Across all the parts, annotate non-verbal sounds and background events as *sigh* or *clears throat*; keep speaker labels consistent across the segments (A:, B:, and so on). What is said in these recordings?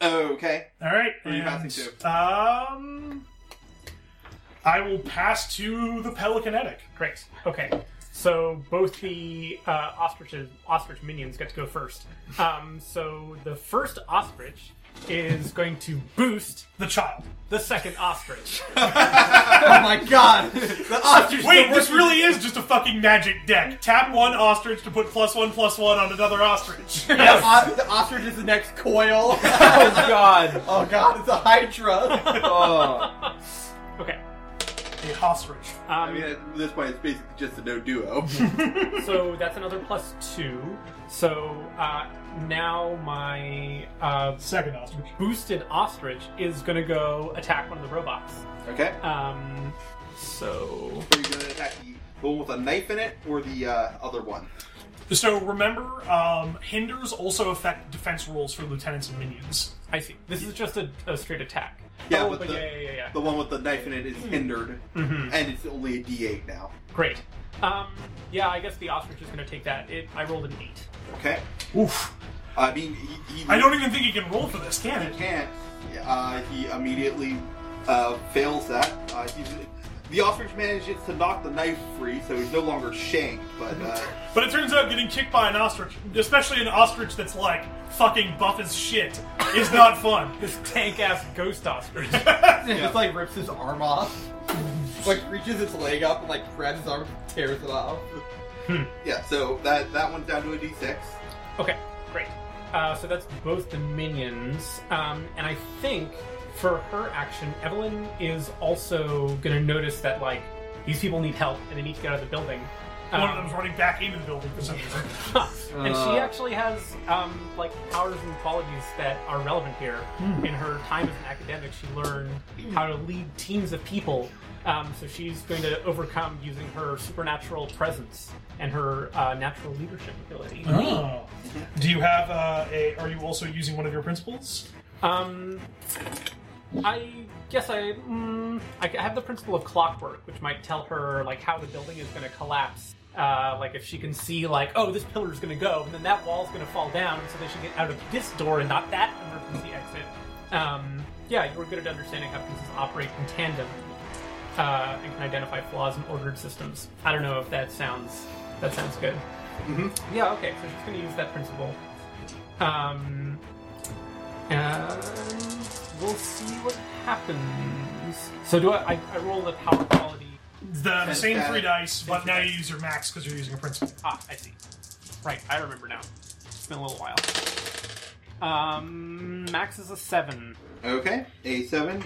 A: Oh,
B: *laughs*
A: Okay.
B: All right.
A: Who are you
B: and,
A: passing
B: Um, I will pass to the pelicanetic.
C: Great. Okay. So both the uh, ostriches, ostrich minions get to go first. Um, so the first ostrich is going to boost
B: The child.
C: the second ostrich.
D: *laughs* Oh my god! The ostrich.
B: *laughs* Wait, this really is just a fucking magic deck. Tap one ostrich to put plus one plus one on another ostrich.
D: The, o- the ostrich is the next coil. *laughs*
E: Oh god.
D: oh god, it's a hydra.
E: Oh.
C: *laughs* Okay.
B: *laughs* The ostrich.
A: I mean,
C: Um,
A: at this point, it's basically just a no
B: *laughs*
A: duo.
C: so that's another plus two. So uh, now my uh,
B: Second ostrich.
C: boosted ostrich is going to go attack one of the robots.
A: okay.
C: Um, so
A: Are you going to attack the, the one with a knife in it or the uh, other one?
B: So remember, um, hinders also affect defense rules for lieutenants and minions.
C: I see. This is just a, a straight attack.
A: Yeah,
C: Oh,
A: but
C: but
A: the-
C: yeah, yeah, yeah, yeah.
A: The one with the knife in it
B: Hmm.
A: is hindered,
B: Mm-hmm.
A: and it's only a D8 now.
C: Great. Um, yeah, I guess the ostrich is going to take that. It, I rolled an eight.
A: Okay.
B: Oof.
A: I mean, he, he
B: I don't e- even think he can roll for this, can
A: He
B: it?
A: can't. Uh, he immediately uh, fails that. Uh, he's, the ostrich manages to knock the knife free, so he's no longer shanked. But
B: *laughs*
A: uh,
B: But it turns out getting kicked by an ostrich, especially an ostrich that's like fucking buff as shit, is not
C: *laughs*
B: fun.
C: This tank ass ghost ostrich.
D: *laughs* It just like rips his arm off. *laughs* Like reaches its leg up and like grabs his arm, and tears it off.
A: yeah, so that that one's down to a D6.
C: okay, great. Uh, so that's both the minions. Um, and I think for her action, Evelyn is also going to notice that, like, these people need help and they need to get out of the building.
B: One of
C: Um,
B: them's running back into the building for some reason.
C: *laughs* and she
E: Uh.
C: actually has um, like powers and qualities that are relevant here. In her time as an academic, she learned how to lead teams of people. Um, so she's going to overcome using her supernatural presence and her uh, natural leadership ability.
B: Oh. Do you have uh, a? Are you also using one of your principles?
C: Um, I guess I mm, I have the principle of clockwork, which might tell her like how the building is going to collapse. Uh, like if she can see like oh this pillar is going to go and then that wall's going to fall down so they should get out of this door and not that emergency exit. Um, yeah, you're good at understanding how pieces operate in tandem uh, and can identify flaws in ordered systems. I don't know if that sounds that sounds good. Yeah, okay. So she's going to use that principle. Um, and we'll see what happens. So do I? I, I roll the power quality.
B: The, the same
A: got
B: three
A: it.
B: dice, but now you use your max because you're using a principle.
C: Ah, I see. Right, I remember now. It's been a little while. Um, max is a seven.
A: Okay, A7.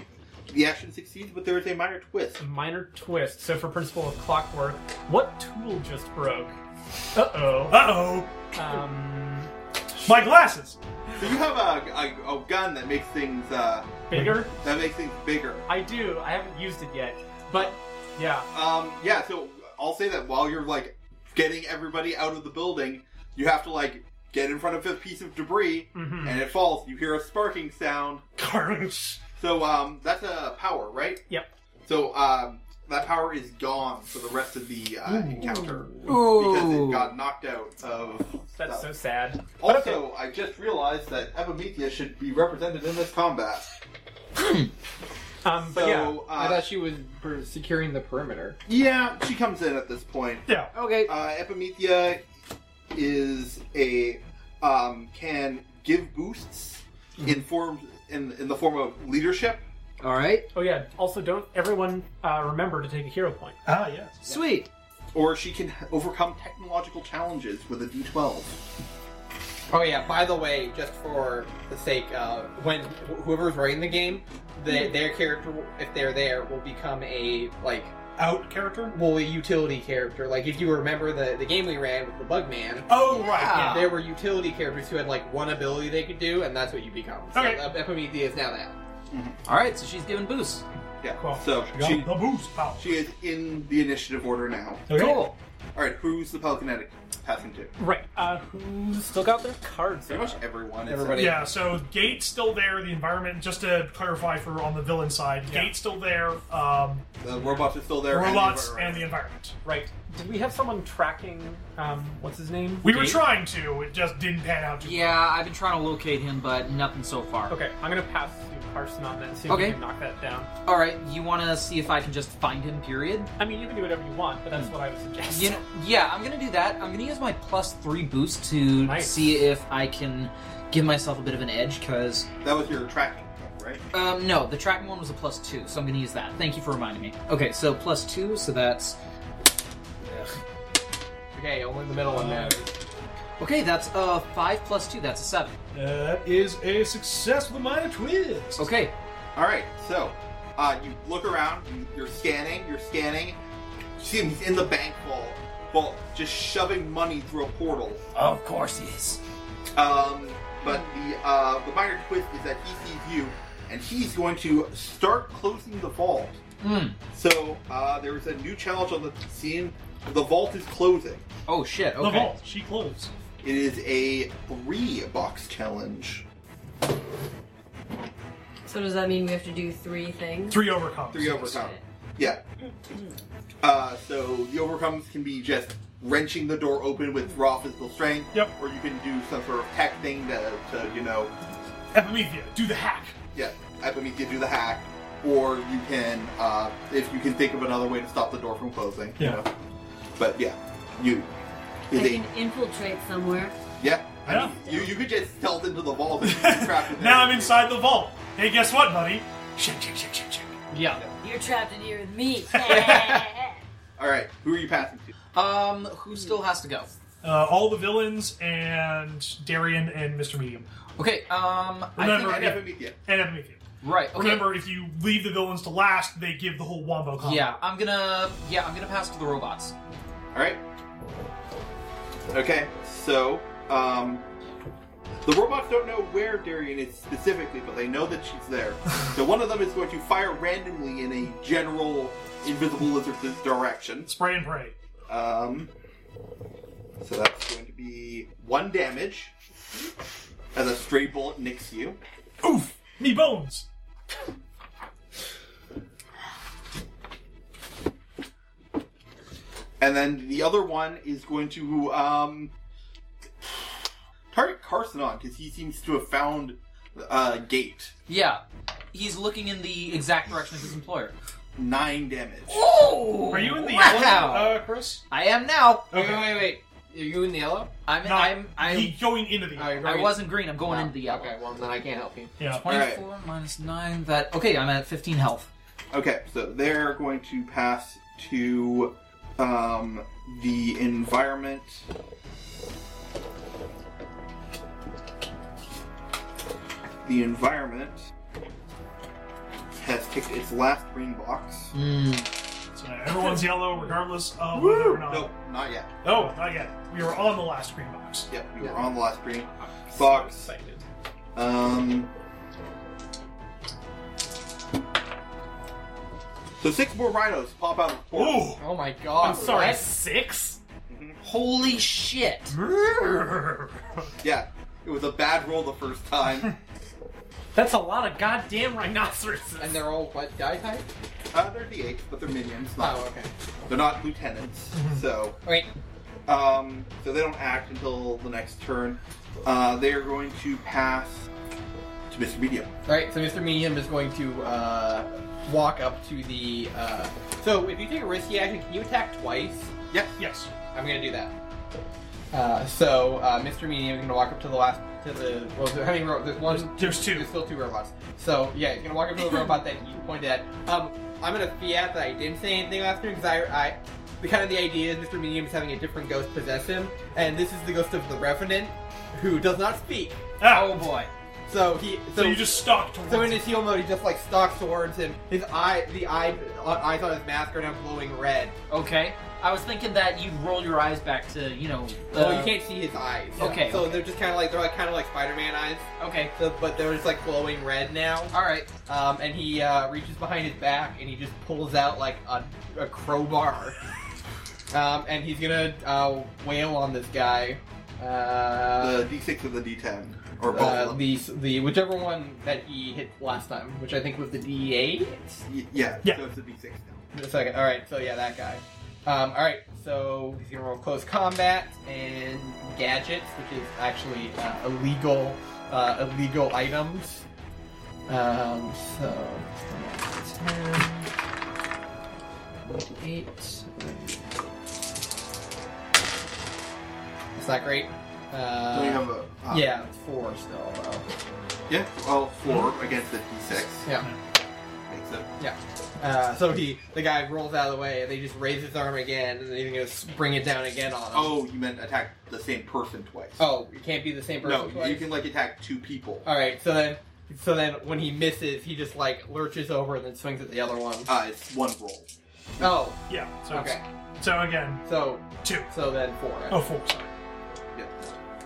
A: The action succeeds, but there is a minor twist.
C: Minor twist. So for principle of clockwork, what tool just broke? Uh
B: Uh oh,
C: oh. Um,
B: my glasses. *laughs*
A: So you have a, a, a gun that makes things uh,
C: bigger.
A: that makes things bigger.
C: I do. I haven't used it yet, but yeah.
A: Um, yeah, so I'll say that while you're like getting everybody out of the building, you have to like get in front of a piece of debris,
C: Mhm.
A: and it falls. You hear a sparking sound.
B: Ah, Carlos.
A: So um, that's a power, right?
C: Yep.
A: So um, that power is gone for the rest of the uh, encounter because it
E: Ooh.
A: got knocked out of.
C: Oh. That's so
A: stuff.
C: sad.
A: Also, I just realized that Epimethea should be represented in this combat.
C: Um, but
A: So
C: yeah.
D: I
A: uh,
D: thought she was per- securing the perimeter.
A: yeah, she comes in at this point.
B: Yeah.
E: Okay.
A: Uh, Epimethea is a um, can give boosts
B: Mm-hmm.
A: in form in in the form of leadership.
E: All right.
C: Oh yeah. Also, don't everyone uh, remember to take a hero point.
B: Ah yes.
E: Sweet.
A: Or she can overcome technological challenges with a d12.
D: Oh yeah. By the way, just for the sake, uh, when wh- whoever's running the game, they, their character, if they're there, will become a like
B: Out character.
D: well a utility character. Like if you remember the the game we ran with the Bug Man,
B: Oh right.
E: Yeah.
D: there were utility characters who had like one ability they could do, and that's what you become. So
B: Okay.
D: Ep- Epimethea is now that.
E: All right. So she's giving boost.
A: Yeah.
B: Cool.
A: So
B: Got
A: she
B: the boost power.
A: she is in the initiative order now.
B: Okay.
E: Cool.
A: All All right, who's the pelicanetic passing to?
C: Right. Uh, who's still got their cards?
A: Pretty much everyone. except-
D: Everybody.
B: Yeah, so Gate's still there. The environment, just to clarify for on the villain side, Gate's still there. Um,
A: The robots are still there. and the
B: robots
A: environment.
B: and the environment.
C: Right. Did we have someone tracking? Um, what's his name?
B: We were
E: Gate?
B: trying to. It just didn't pan out. Too
E: Yeah, I've been trying to locate him, but nothing so far.
C: Okay, I'm gonna pass to Carson on that and see if
E: Okay.
C: we can knock that down.
E: All right, you want to see if I can just find him? Period.
C: I mean, you can do whatever you want, but that's what I would suggest.
E: You know, yeah, I'm gonna do that. I'm gonna use my plus three boost to
C: Nice.
E: see if I can give myself a bit of an edge. Cause
A: That was your tracking, right?
E: um, no, the tracking one was a plus two, so I'm gonna use that. Thank you for reminding me. Okay, so plus two, so that's
D: Okay, only the middle one matters.
E: okay. That's uh five plus two. That's a seven.
B: That is a success with a minor twist.
E: Okay.
A: All right, so uh, you look around, you- you're scanning, you're scanning. You see him he's in the bank vault, vault, just shoving money through a portal.
E: Of course he is.
A: Um, but the uh, the minor twist is that he sees you, and he's going to start closing the vault.
E: Hmm.
A: So uh, there's a new challenge on the scene. The vault is closing.
E: Oh shit.
B: The
E: Okay.
B: vault. She closed.
A: It is a three box challenge.
F: So does that mean we have to do three things?
B: Three overcomes.
A: Three overcome. Yeah. *clears throat* Uh, so the overcomes can be just wrenching the door open with raw physical strength.
B: Yep.
A: Or you can do some sort of tech thing to, to you know,
B: Epimethea, do the hack.
A: yeah, Epimethea do the hack. Or you can, uh, if you can think of another way to stop the door from closing. you
B: Yeah.
A: know. But yeah, you.
F: I
A: Is a,
F: can infiltrate somewhere.
A: yeah. I
B: Yeah.
A: mean, you, you could just stealth into the vault
B: *laughs*
A: and you'd be trapped in there.
B: Now I'm inside the vault. Hey, guess what, buddy? Shake, shake, shake, shake, shake.
E: Yeah.
F: You're trapped in here with me.
A: All right, who are you passing to?
E: Um, who still has to go?
B: Uh, all the villains and Darian and Mr. Medium
E: Okay. Um, I
B: Remember-
E: think
A: And Epimethea.
B: and Epimethea.
E: right. Okay.
B: Remember, if you leave the villains to last, they give the whole wombo
D: Oh.
B: combo.
E: Yeah, I'm gonna. Yeah, I'm gonna pass to the robots.
A: All right. Okay, so um, the robots don't know where Darian is specifically, but they know that she's there. so one of them is going to fire randomly in a general invisible lizard's direction.
B: Spray and pray.
A: Um, so that's going to be one damage as a stray bullet nicks you.
B: Oof! Me bones!
A: And then the other one is going to um, target Carson on because he seems to have found uh, Gate.
E: Yeah, he's looking in the exact direction of his employer.
A: Nine damage.
E: Oh!
B: Are you in the
E: wow.
B: yellow, uh, Chris?
E: I am now.
D: Wait,
B: Okay.
D: wait, wait, wait. Are you in the yellow?
E: I'm.
B: No,
E: I'm. I'm.
B: He going into the
D: Oh, you're
E: I
D: going-
E: wasn't green. I'm going
D: No.
E: into the yellow.
D: Oh, Okay, well then I can't help you.
B: Yeah.
E: Twenty-four minus nine. That okay. I'm at fifteen health.
A: Okay, so they're going to pass to um, the environment. The environment has kicked its last green box.
D: Mm.
E: Hmm.
B: So everyone's yellow, regardless of whether or not.
A: Nope, not yet.
B: No, not yet. We were on the last green box.
A: Yep, we were on the last green box.
C: Excited.
A: Um, so six more rhinos pop out of the portal.
B: Ooh!
D: Oh my god.
C: I'm sorry.
D: what?
C: Six.
E: Holy shit!
A: Yeah, it was a bad roll the first
B: *laughs*
A: time.
C: That's a lot of goddamn rhinoceroses.
D: And they're all what die type?
A: uh, they're D8, but they're minions. Not
D: Oh, okay.
A: They're not lieutenants,
B: Mm-hmm.
A: so
D: Wait.
A: um, so they don't act until the next turn. Uh, they are going to pass to Mr. Medium.
D: Alright, so Mr. Medium is going to uh, walk up to the. Uh... So if you take a risky action, can you attack twice?
B: yes.
D: I'm gonna do that. Uh, so uh, Mr. Medium is gonna walk up to the last to the well, there, how many ro- there's one,
B: There's two.
D: there's still two robots. So yeah, he's gonna walk up to the robot that you pointed at. Um, I'm gonna fiat that I didn't say anything last turn because I, I, the kind of the idea is Mr. Medium is having a different ghost possess him, and this is the ghost of the Revenant who does not speak.
B: Ah,
E: Oh boy.
D: So he,
B: so, you just stalk towards
D: so in his heal mode, he just like stalks towards him. His eye, the eye, uh, eyes on his mask are now glowing red.
E: Okay. I was thinking that you'd roll your eyes back to you know.
D: Well,
B: Oh,
E: uh,
D: you can't see his eyes.
E: Okay.
D: So they're just kind of like they're like, kind of like Spider-Man eyes,
E: Okay.
D: so, but they're just like glowing red now.
E: All right.
D: Um, and he uh, reaches behind his back and he just pulls out like a, a crowbar. Um, and he's gonna uh, wail on this guy. Uh,
A: The D6 and the D10. Or both
D: uh,
A: of them.
D: the the whichever one that he hit last time, which I think was the D8.
A: Y- yeah,
B: Yeah.
A: so it's a D6 now.
D: Wait a second. All right. So yeah, that guy. Um, all right. So he's gonna roll close combat and gadgets, which is actually uh, illegal, uh, illegal items. Um, so. 10, Eight. That's not great. Uh,
A: So you have a. Uh,
D: yeah, four still though.
A: Yeah, well, 4 against the D6.
D: Yeah.
A: Makes it.
D: Uh, so he, the guy rolls out of the way, and they just raise his arm again, and then he's gonna s- bring it down again on him.
A: Oh, you meant attack the same person twice.
D: Oh, it can't be the same person.
A: No,
D: twice? Oh.
A: you can, like, attack two people.
D: All right, so then, so then when he misses, he just like lurches over and then swings at the other one.
A: Uh, it's one roll.
D: Oh,
B: Yeah. So it's-
D: okay.
B: so again,
D: So,
B: two.
D: so then four.
B: Oh, four. Sorry.
A: Yeah.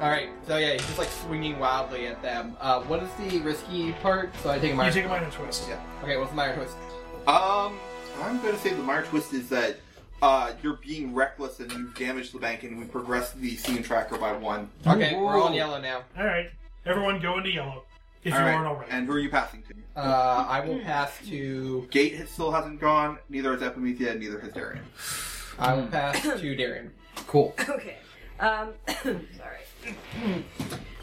D: All right. So yeah, he's just like swinging wildly at them. Uh, what is the risky part? So I take a minor.
B: You take a minor twist.
A: Yeah.
D: okay, what's the minor twist?
A: Um, I'm going to say the minor twist is that uh, you're being reckless and you've damaged the bank, and we progress the scene tracker by one.
D: Okay, we're all in
A: Ooh.
D: yellow now.
B: All right. Everyone go into yellow if
A: All
B: you
A: right,
B: aren't already.
A: And who are you passing to?
D: Uh, I will pass to.
A: Gate has- still hasn't gone. Neither is Epimethea. Neither has Darian.
D: I will pass to Darian. *laughs*
E: Cool.
F: *laughs* Okay. Um, *coughs* sorry.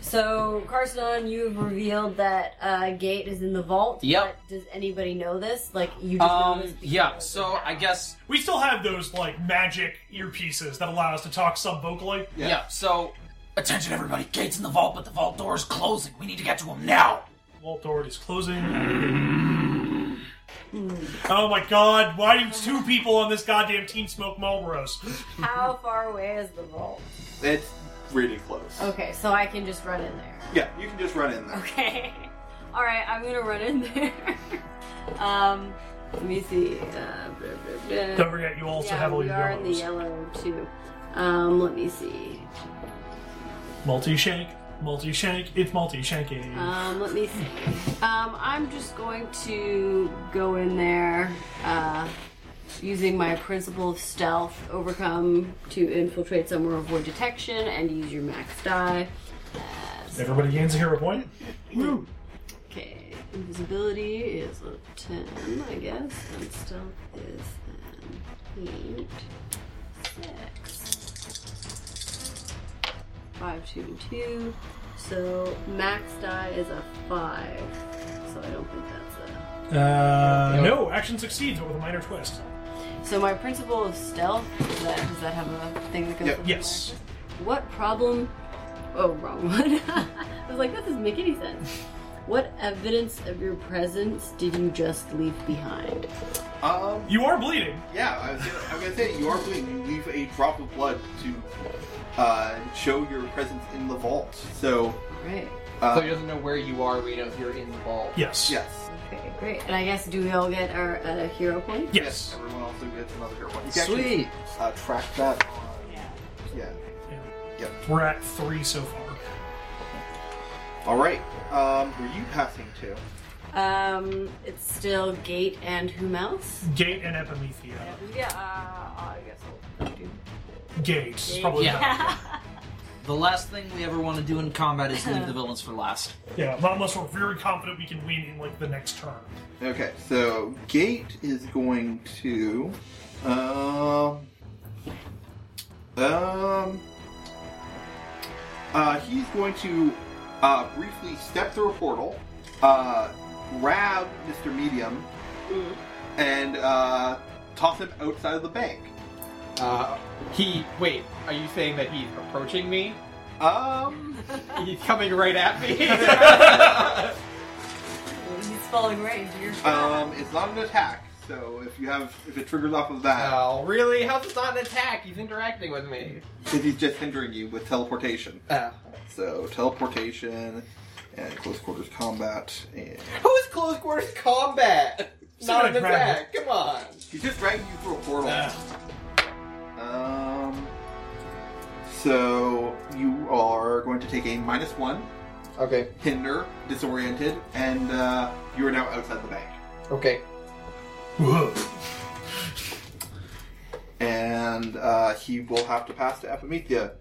F: So, Carson, you've revealed that uh, Gate is in the vault.
E: Yep.
F: but Does anybody know this? Like, you just know this
E: Um,
F: because
E: yeah,
F: of
E: so
F: the-
E: I guess
B: We still have those like magic earpieces that allow us to talk sub vocally.
E: Yeah. so attention everybody, gates in the vault, but the vault door is closing. We need to get to him now.
B: Vault door is closing. oh my god, why do two people on this goddamn team smoke Marlboros?
F: How far away is the vault?
A: It's really close.
F: Okay, so I can just run in there.
A: Yeah, you can just run in there.
F: *laughs* Okay. All right, I'm gonna run in there. *laughs* um, let me see. Uh, blah, blah, blah.
B: Don't forget, you also
F: yeah,
B: have all
F: we
B: your
F: are in the
B: yellows.
F: yellow too. Um, let me see. uh,
B: multi shank, multi shank, it's multi shanking.
F: Um, let me see. Um, I'm just going to go in there, uh, using my principle of stealth, overcome to infiltrate somewhere, avoid detection, and use your max die. Uh,
B: Everybody gains a hero point.
F: Okay, invisibility is a 10, I guess, and stealth is an 8, 6, 5, 2, and 2. So max die is a 5, so I don't think that's a.
B: Uh, no, action succeeds but with a minor twist.
F: So my principle of stealth, is that, does that have a thing that goes
A: Yep.
F: with
B: Yes.
F: What problem? Oh, wrong one. *laughs* I was like, that doesn't make any sense. What evidence of your presence did you just leave behind?
A: Um,
B: You are bleeding.
A: yeah, I was gonna, I was gonna say you are bleeding. You leave a drop of blood to uh, show your presence in the vault. So
F: All right.
D: So
A: uh,
D: Oh, he doesn't know where you are. We knows you're in the vault.
B: Yes.
A: yes,
F: Okay, great. And I guess do we all get our uh, hero point?
B: Yes.
A: Everyone also gets another hero point. You can actually,
E: Sweet.
A: uh, track that. on- Yeah.
B: We're at three so far.
A: All right. Um, who are you passing to?
F: Um, it's still Gate and whom else?
B: Gate and Epimethea.
F: Yeah, uh, I guess I'll do.
B: Gate is probably
E: Yeah.
B: better.
E: The last thing we ever want to do in combat is leave the villains for last.
B: Yeah, not unless we're very confident we can win in like the next turn.
A: Okay, so Gate is going to, um, um, uh, he's going to uh, briefly step through a portal, uh, grab Mr. Medium, and uh, toss him outside of the bank.
D: Uh, he. Wait. Are you saying that he's approaching me?
A: Um,
D: He's coming right at
B: *laughs*
D: me.
F: *laughs* He's falling right into your
A: um, it's not an attack, so if you have if it triggers off of that,
D: oh, really? How's this not an attack? He's interacting with me.
A: because he's just hindering you with teleportation.
D: Uh,
A: So teleportation and close quarters combat, and
D: who is close quarters
B: *laughs*
D: combat?
B: Somebody
D: not an
B: grab
D: attack. Come on.
A: he's just dragging you through a portal. Um, so you are going to take a minus one,
D: Okay.
A: hinder, disoriented, and uh, you are now outside the bank.
D: Okay.
B: Whoa.
A: And and uh, he will have to pass to Epimethea.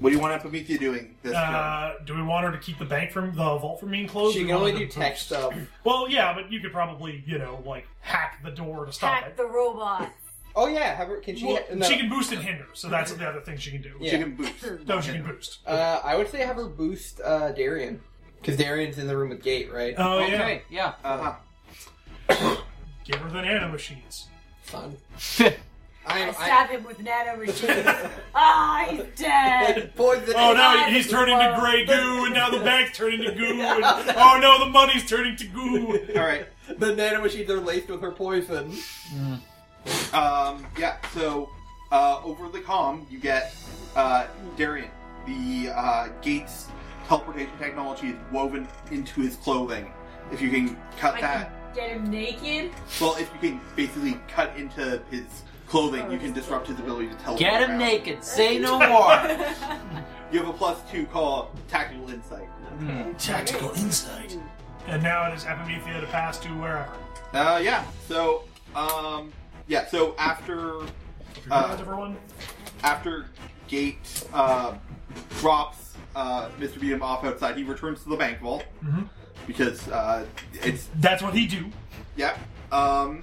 A: What do you want Epimethea doing this turn?
B: Uh, do we want her to keep the bank from the vault from being closed?
D: She
B: We
D: can
B: want
D: only
B: her
D: do
B: to-
D: tech stuff.
B: Well, yeah, but you could probably, you know, like hack the door to stop
F: Hack
B: it.
F: the robot.
D: Oh yeah, have her, can she?
B: Well,
D: no.
B: She can boost and hinder, so that's the other thing she can do.
D: Yeah.
A: She can boost.
B: No, she can boost.
D: Uh, I would say have her boost uh, Darian because Darian's in the room with Gate, right?
B: Oh yeah,
E: okay, yeah.
A: Uh-huh.
B: give her the nano machines.
D: Fun.
B: *laughs*
F: I
D: I'm, I,
F: stab him with
D: *laughs*
F: nano machines. ah, he's
E: *laughs*
F: dead.
D: boys, the
B: Oh, now
F: Guys,
B: he's turning to gray goo, and
F: *laughs*
B: now the bank's turning to goo. And, oh no, the money's turning to goo.
A: All right.
D: *laughs* the nano machines are laced with her poison.
A: Um, yeah, so uh, over the comm, you get uh, Darian. The uh, gate's teleportation technology is woven into his clothing. If you can cut
F: I
A: that,
F: can get him naked.
A: well, if you can basically cut into his clothing,
F: Oh,
A: you can disrupt his ability to teleport.
E: Get him
A: around.
E: naked. Say no more.
F: *laughs*
A: You have a plus two call tactical insight.
B: *laughs* Tactical insight. And now it is Epimethea to pass to wherever.
A: Uh, yeah. So, um, yeah. So after
B: If
A: Uh,
B: everyone.
A: after Gate uh, drops uh, Mr. Beatum off outside, he returns to the bank vault
B: Mhm.
A: because uh, it's
B: That's what he do.
A: yeah. Um,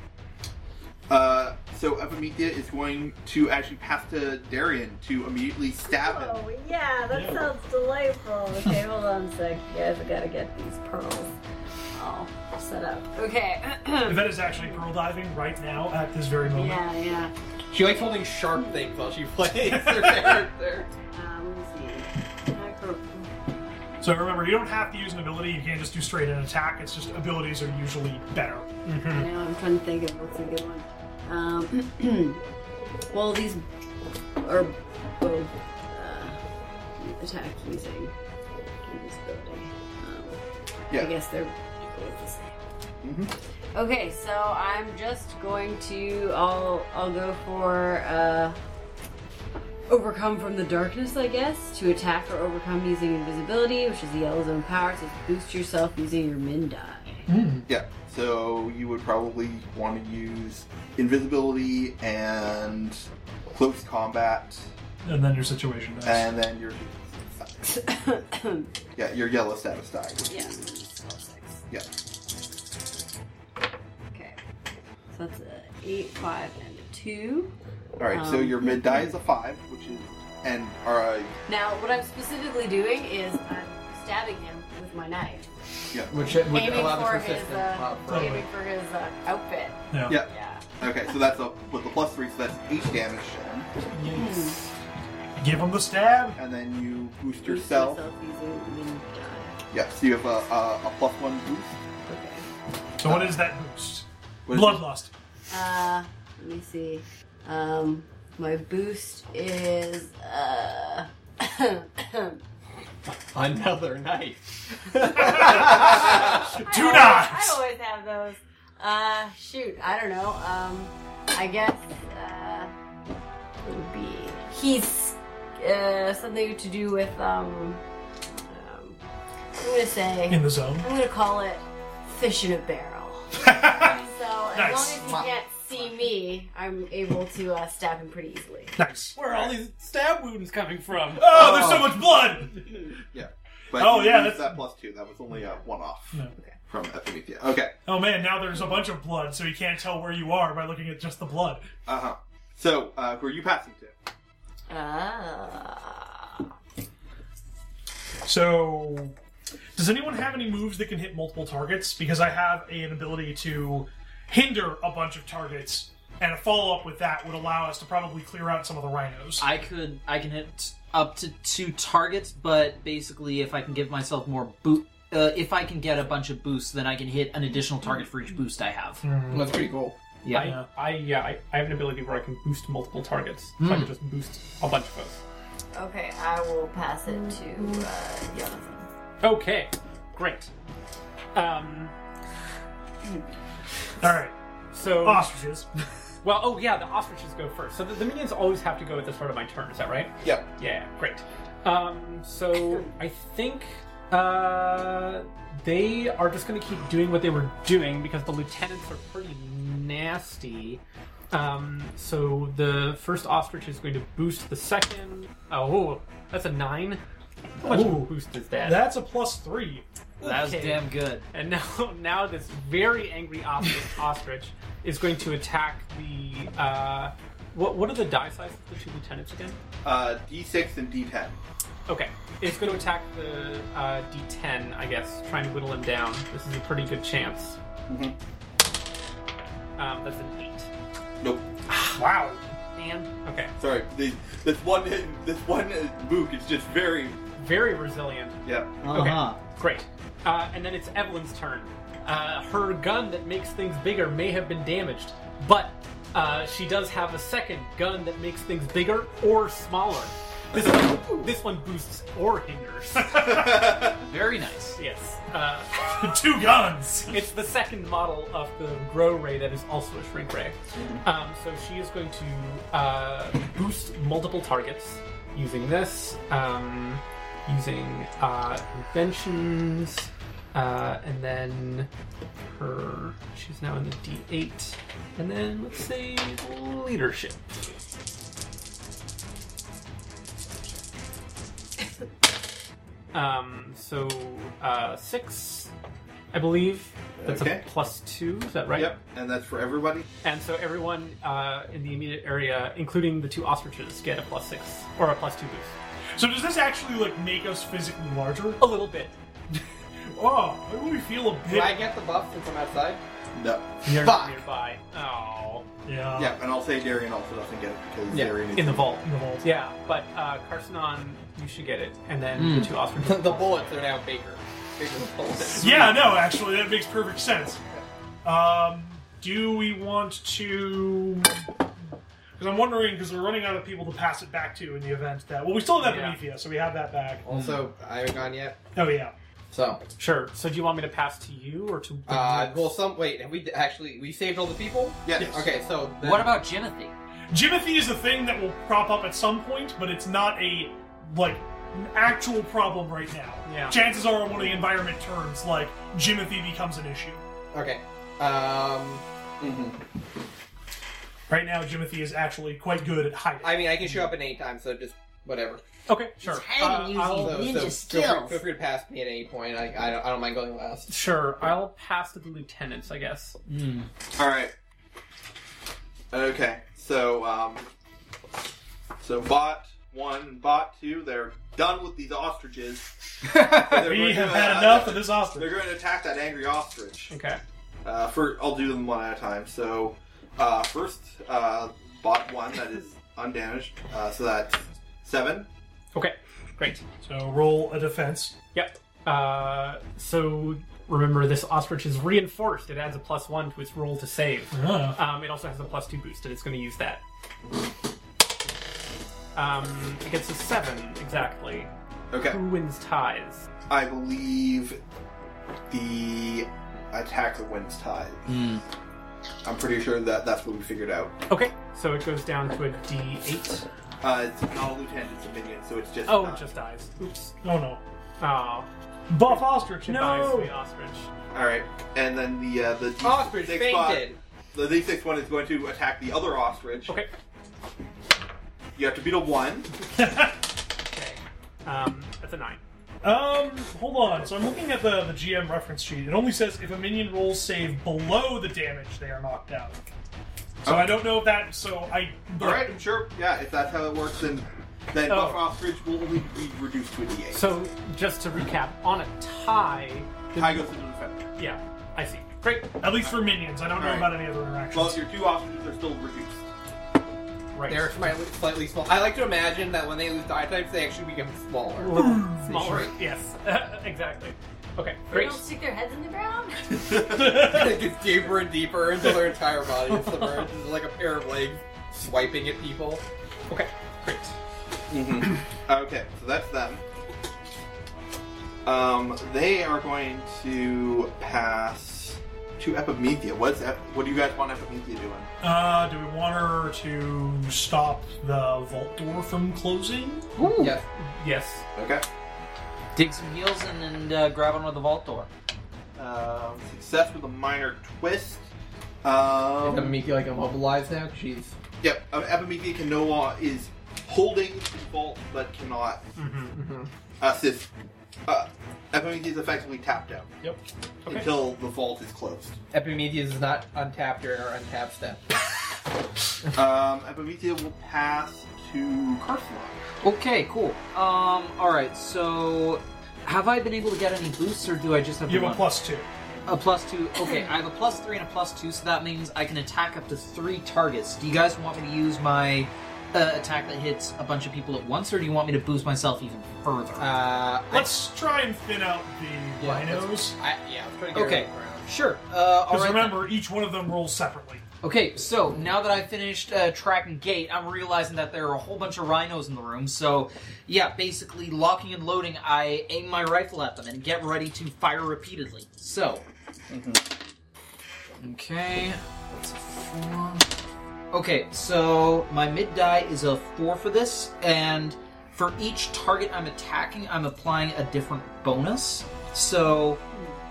A: uh, so Epimethea is going to actually pass to Darian to immediately stab him.
F: Oh, yeah, that
B: Yeah.
F: sounds delightful. Okay, hold on a sec. You guys, I gotta get these pearls all set up. Okay. *clears throat* yeah,
B: Yvette is actually pearl diving right now at this very moment.
F: yeah.
D: She likes holding sharp things while
B: *laughs*
D: she plays *laughs* her character.
F: Um, let me see. Macro-
B: So remember, you don't have to use an ability. You can't just do straight an attack. It's just abilities are usually better.
F: I know, I'm trying to think of what's a good one. Um, *clears throat* well, these are both uh, attack using invisibility. Um, I
A: Yeah.
F: guess they're both the same. Okay, so I'm just going to I'll I'll go for uh, overcome from the darkness, I guess, to attack or overcome using invisibility, which is the yellow zone power. So boost yourself using your min die. *coughs*
A: Yeah. So you would probably want to use invisibility and close combat,
B: And then your situation dies.
A: and then your yeah your yellow status die.
F: yeah. six.
A: Yeah.
F: Okay, so that's a eight, five, and a two.
A: All right, so
F: Um,
A: your mid die is a five, which is and or uh,
F: Now, what I'm specifically doing is I'm stabbing him with my knife,
D: Which would
F: aiming
D: allow the
F: for his
D: persistence.
F: uh,
D: uh,
B: Totally.
F: aiming for his uh, outfit.
B: yeah.
A: yeah.
F: Yeah.
A: Okay, so that's a with the plus three, so that's eight damage,
B: Give him the stab.
A: and then you boost yourself.
F: Yourself using min die.
A: Yeah, so you have a, a, a plus one boost.
F: Okay.
B: So what is that boost?
A: What is
B: Bloodlust.
F: Uh, let me see. Um, my boost is uh. *coughs*
D: Another knife.
B: Two
F: I
B: knives.
F: always have those. Uh, shoot, I don't know. Um, I guess uh, it would be he's uh something to do with um. um I'm gonna
B: In
F: say
B: the zone.
F: I'm gonna call it fish in a barrel. So as
B: Nice.
F: long as he can't see me, I'm able to uh, stab him pretty easily.
B: Nice.
C: Where are all these stab wounds coming from?
B: Oh, there's so much blood.
A: Yeah. But
B: Oh,
A: you
B: yeah,
A: used
B: that's-
A: that plus two. That was only a one off
B: No.
A: from Epimethea. Okay.
B: Oh man, now there's a bunch of blood, so he can't tell where you are by looking at just the blood.
A: Uh huh. So uh, who are you passing to?
F: Ah.
B: So, does anyone have any moves that can hit multiple targets? Because I have an ability to hinder a bunch of targets, and a follow up with that would allow us to probably clear out some of the rhinos.
E: I could. I can hit up to two targets, but basically, if I can give myself more boot, uh, if I can get a bunch of boosts, then I can hit an additional target for each boost I have.
B: Mm.
D: That's pretty cool.
E: Yeah.
B: Yeah.
C: I, I yeah, I, I have an ability where I can boost multiple targets. So I can just boost a bunch of those.
F: Okay, I will pass it to uh, Jonathan.
C: Okay, great. Um,
B: All right,
C: so
B: ostriches. *laughs*
C: well, oh yeah, the ostriches go first. So the, the minions always have to go at the start of my turn. Is that right?
A: Yeah.
C: Yeah, great. Um, so I think uh, they are just going to keep doing what they were doing because the lieutenants are pretty nasty. Um, so the first ostrich is going to boost the second. Oh, that's a nine. How much of a
B: Ooh.
C: boost is that?
B: That's a plus three.
E: That was
C: Okay.
E: damn good.
C: And now, *laughs* now this very angry ostrich, ostrich is going to attack the. Uh, what, what are the die sizes of the two lieutenants again?
A: Uh, D6 and D10.
C: Okay, it's going to attack the uh, D10, I guess, trying to whittle him down. This is a pretty good chance.
A: Mhm.
C: Um, that's an eight.
A: Nope.
B: Wow.
C: And okay,
A: Sorry. The, this one, *laughs* this one uh, book is just very.
C: very resilient.
A: Yeah. *laughs*
E: Uh-huh.
C: Great. Uh, and then it's Evelyn's turn. Uh, her gun that makes things bigger may have been damaged, but uh, she does have a second gun that makes things bigger or smaller. This one, this one boosts or hinders.
E: Very nice.
C: yes. Uh,
B: Two guns.
C: it's the second model of the grow ray that is also a shrink ray. Um, so she is going to uh, boost multiple targets using this, um, using uh, inventions, uh, and then her. She's now in the D8, and then let's say
A: *laughs*
C: leadership. Um, so uh, six, I believe. That's
A: Okay.
C: a plus two. Is that right?
A: Yep. And that's for everybody.
C: And so everyone uh, in the immediate area, including the two ostriches, get a plus six or a plus two boost.
B: So does this actually like make us physically larger?
C: A little bit.
B: Oh, I really feel a
D: Do I
B: bit.
D: get the buff since I'm outside?
A: No.
C: Near,
D: Fuck. *laughs*
C: Nearby. Oh.
B: Yeah.
A: Yeah, and I'll say Darian also doesn't get it because
D: Yeah,
A: Darian is
C: In the vault.
B: In the vault.
C: Yeah, but uh, Carcinon, you should get it, and then
D: Hmm.
C: the two
D: *laughs*
C: ostriches.
D: the bullets are now bigger. Bigger bullets.
B: Yeah, no, actually, that makes perfect sense. Um, do we want to? Because I'm wondering, because we're running out of people to pass it back to in the event that. Well, we still have
C: Yeah.
B: Benethia, so we have that back.
D: Also, I haven't gone yet.
B: Oh yeah.
D: So,
C: Sure. So do you want me to pass to you or to? the
D: uh,
C: dwarves?
D: well, some wait. Have we d- actually we saved all the people?
A: Yes.
B: Yes.
D: Okay, so then,
E: What about Jimothy?
B: Jimothy is a thing that will crop up at some point, but it's not a like an actual problem right now.
C: Yeah.
B: Chances are, when one of the environment turns, like Jimothy becomes an issue.
D: Okay, um,
B: Right now, Jimothy is actually quite good at hiding.
D: I mean, I can show up at any time, so just whatever.
C: Okay. Sure.
E: hiding
C: Uh, I'll-
E: using-
D: So, so Feel
E: Ninja
D: free,
E: skills.
D: feel free to pass me at any point. I, I, don't, I don't mind going last.
C: Sure. I'll pass to the lieutenants, I guess.
E: Hmm.
A: All right. Okay. So um, so bot one and bot two, they're done with these ostriches. They're
B: we
A: going
B: have
A: to-
B: had
A: uh,
B: enough of this
A: They're
B: ostrich.
A: going to attack that angry ostrich.
C: Okay.
A: Uh, for I'll do them one at a time. So uh, first, uh, bot one that is undamaged. Uh, so that's seven.
C: Okay. Great.
B: So roll a defense.
C: Yep. Uh, so remember, this ostrich is reinforced. It adds a plus one to its roll to save.
B: Uh,
C: Um, it also has a plus two boost, and it's going to use that. Um, it gets a seven exactly.
A: Okay.
C: Who wins ties?
A: I believe the attacker wins ties. I'm pretty sure that that's what we figured out.
C: Okay, so it goes down to a D8.
A: Uh, it's not a lieutenant, it's a minion, so it's just.
C: Oh,
A: uh,
C: it just dies. Oops.
B: oh no.
C: Oh,
B: Buff ostrich.
C: goodbye,
B: No.
C: sweet ostrich.
A: All right, and then the uh, the D6
D: Ostrich
A: bot-
D: fainted.
A: the D6 one is going to attack the other ostrich.
C: Okay.
A: You have to beat a one.
C: Okay. Um, that's a nine.
B: *laughs* Um, hold on. So I'm looking at the, the GM reference sheet. It only says if a minion rolls save below the damage, they are knocked out. So I don't know if that. So I.
A: All right, I'm sure. Yeah, if that's how it works, then then
C: Oh.
A: buff ostrich will only be reduced to a D8.
C: So just to recap, on a tie. the-
A: Tie goes to the defender.
C: Yeah, I see. Great.
B: At least for minions, I don't know
A: All right.
B: about any other interactions.
A: Well, your two ostriches are still reduced. *laughs*
C: Right.
D: They're slightly, slightly small. I like to imagine that when they lose die types, they actually become *laughs* smaller.
C: Smaller. Yes. *laughs* exactly. Okay.
F: They
C: Great.
F: don't stick their heads in the *laughs* ground.
D: it gets deeper and deeper until their entire body is submerged, It's like a pair of legs swiping at people.
C: Okay. Great.
A: Mm-hmm. *clears throat* Okay, so that's them. Um, they are going to pass to Epimethea. What's Ep- what do you guys want Epimethea doing?
B: *laughs* Uh, do we want her to stop the vault door from closing?
D: Yes.
C: Yes.
A: Okay.
E: Dig some heels and then uh, grab onto the vault door.
A: Um, success with a minor twist.
D: Is
A: Um,
D: Amiki like immobilized now? 'Cause She's
A: yep, um, Epimethea can no law is holding the vault but cannot assist. Uh, Epimethea is effectively tapped out
C: Yep. Okay.
A: until the vault is closed.
D: Epimetheus is not untapped Uh, during her untap step.
A: Um, Epimethea will pass to Carcelon.
E: Okay, cool. Um, all right. So, have I been able to get any boosts, or do I just have
B: You
E: the
B: have a
E: one?
B: plus two.
E: A plus two. Okay, I have a plus three and a plus two, so that means I can attack up to three targets. Do you guys want me to use my uh, attack that hits a bunch of people at once, or do you want me to boost myself even further?
D: Uh,
B: Let's try and thin out the
D: Yeah,
B: rhinos.
D: let's- I, I, yeah, I was trying to get
E: Okay.
D: her around.
E: sure. Uh, all
B: Because
E: right.
B: remember, each one of them rolls separately.
E: Okay, so now that I finished uh, tracking gate, I'm realizing that there are a whole bunch of rhinos in the room. So, yeah, basically locking and loading, I aim my rifle at them and get ready to fire repeatedly. So, okay, that's a four. Okay, so my mid die is a four for this, and for each target I'm attacking, I'm applying a different bonus. So,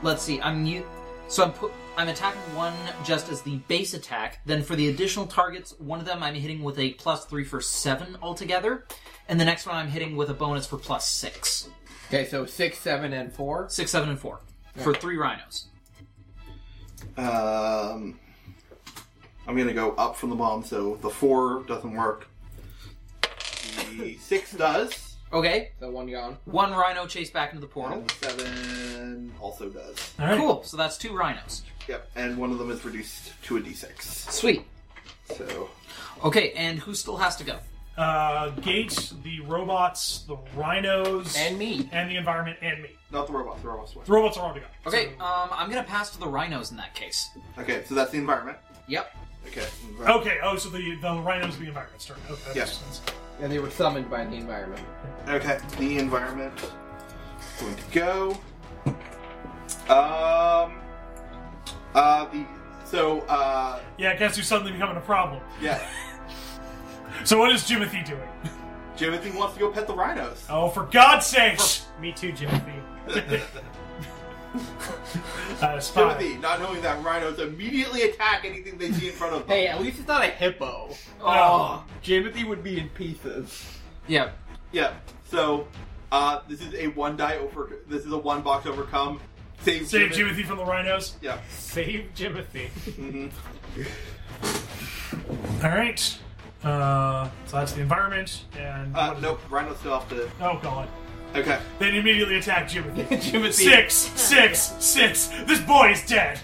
E: let's see, I'm u- so I'm put, I'm attacking one just as the base attack. Then for the additional targets, one of them I'm hitting with a plus three for seven altogether, and the next one I'm hitting with a bonus for plus six,
D: Okay, so six, seven, and four.
E: six, seven, and four for three rhinos.
A: Um, I'm gonna go up from the bomb, so the four doesn't work. The six does,
E: Okay,
D: So one gone.
E: one rhino chased back into the portal.
A: and the seven also does.
B: All right.
E: Cool. So that's two rhinos.
A: Yep, and one of them is reduced to a d6.
E: Sweet.
A: So
E: Okay, and who still has to go?
B: Uh, Gate, the robots, the rhinos,
D: And me.
B: and the environment, and me.
A: not the robots, the robots win.
B: The robots are all to go.
E: Okay,
B: So-
E: um, I'm gonna pass to the rhinos in that case.
A: Okay, so that's the environment.
E: Yep.
A: Okay. environment.
B: okay. Oh, so the the rhinos, the environment's turn. Okay. that
A: Yeah.
B: makes sense.
D: And they were summoned by the environment.
A: Okay. The environment is going to go. Um. Uh. The so uh.
B: Yeah, I guess you're suddenly becoming a problem.
A: Yeah.
B: So what is Jimothy doing?
A: Timothy wants to go pet the
B: *laughs*
A: rhinos. *laughs*
B: Oh, for God's sake! Me too, Jimothy. uh, spy.
A: Timothy, not knowing that rhinos immediately attack anything they see in front of them.
D: Hey, uh, at least it's not a hippo.
B: Oh.
D: Jimothy would be in pieces. *laughs*
E: Yeah.
A: Yeah. So, uh, this is a one die over. This is a one box overcome. Save,
B: Save
A: Timothy.
B: Jimothy from the rhinos.
A: Yeah. mm-hmm.
C: Save Jimothy.
B: All right. Uh, so that's the environment, and
A: Uh,
B: what is
A: nope. Rhinos still have to.
B: it? Oh God.
A: Okay.
B: Then immediately attack Jimothy.
D: Jimothy.
B: six, six, six. This boy is dead.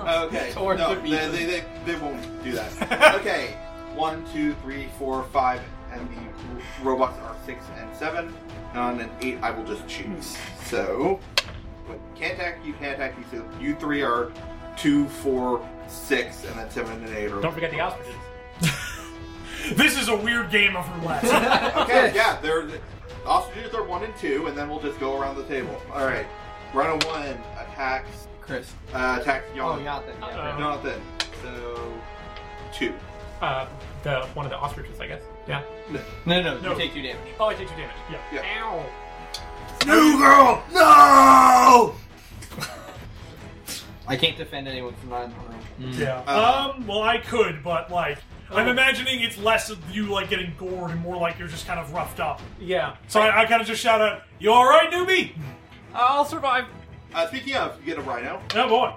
A: Okay.
D: *laughs* Or
A: no,
D: the
A: they,
D: beaver.
A: they, they, they won't do
D: *laughs*
A: that. okay. One, two, three, four, five, and the robots are six and seven. On an eight, I will just choose. So, but can't attack. You can't attack. You so you three are two, four, six, and then seven and eight. Are
C: Don't forget the ostriches.
B: This is a weird game of roulette.
A: Okay, yeah, they're the ostriches are one and two, and then we'll just go around the table. All right, Rhino one attacks
D: Chris.
A: uh, attacks
D: Oh,
A: Yon.
D: not then. Yeah.
C: Uh-oh.
A: Jonathan. So two.
C: Uh, the one of the ostriches, I guess. Yeah.
D: No, no, no.
B: No.
D: You take two damage.
C: Oh, I take two damage.
B: Yeah.
A: Yeah.
C: Ow.
A: New girl, no.
D: I can't defend anyone from not in the room.
B: *laughs* yeah.
A: Uh,
B: um. Well, I could, but like, I'm imagining it's less of you like getting gored and more like you're just kind of roughed up.
C: Yeah.
B: So I, I kind of just shout out, "You all right, newbie?"
C: I'll survive.
A: Uh, speaking of, you get a Rhino.
B: Oh boy.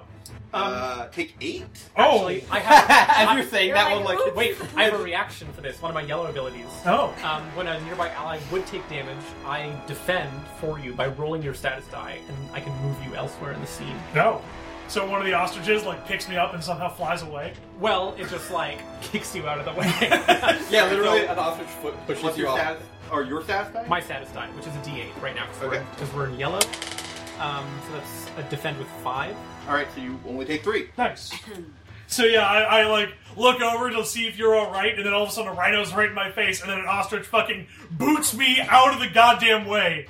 C: Um,
A: uh, take eight.
C: Actually,
B: oh.
C: I
D: *laughs*
C: have.
D: *laughs* As
C: I-
D: you're saying
F: You're
D: that
F: like,
D: one, like, wait.
F: "Oops."
C: I have a reaction for this. One of my yellow abilities.
B: Oh.
C: Um, when a nearby ally would take damage, I defend for you by rolling your status die, and I can move you elsewhere in the scene.
B: No. So one of the ostriches like picks me up and somehow flies away.
C: Well, it just like *laughs* kicks you out of the
A: *laughs*
C: way.
D: Yeah, literally, *laughs*
A: So-
D: an ostrich foot pushes
A: What's
D: you
A: your
D: off.
A: status? Or your status die?
C: My status die, which is a D8 right now, because
A: Okay.
C: we're, in yellow. Um, so that's a defend with five.
A: All right, so you only take three.
B: Nice. So yeah, I, I like look over to see if you're all right, and then all of a sudden a rhino's right in my face, and then an ostrich fucking boots me out of the goddamn way.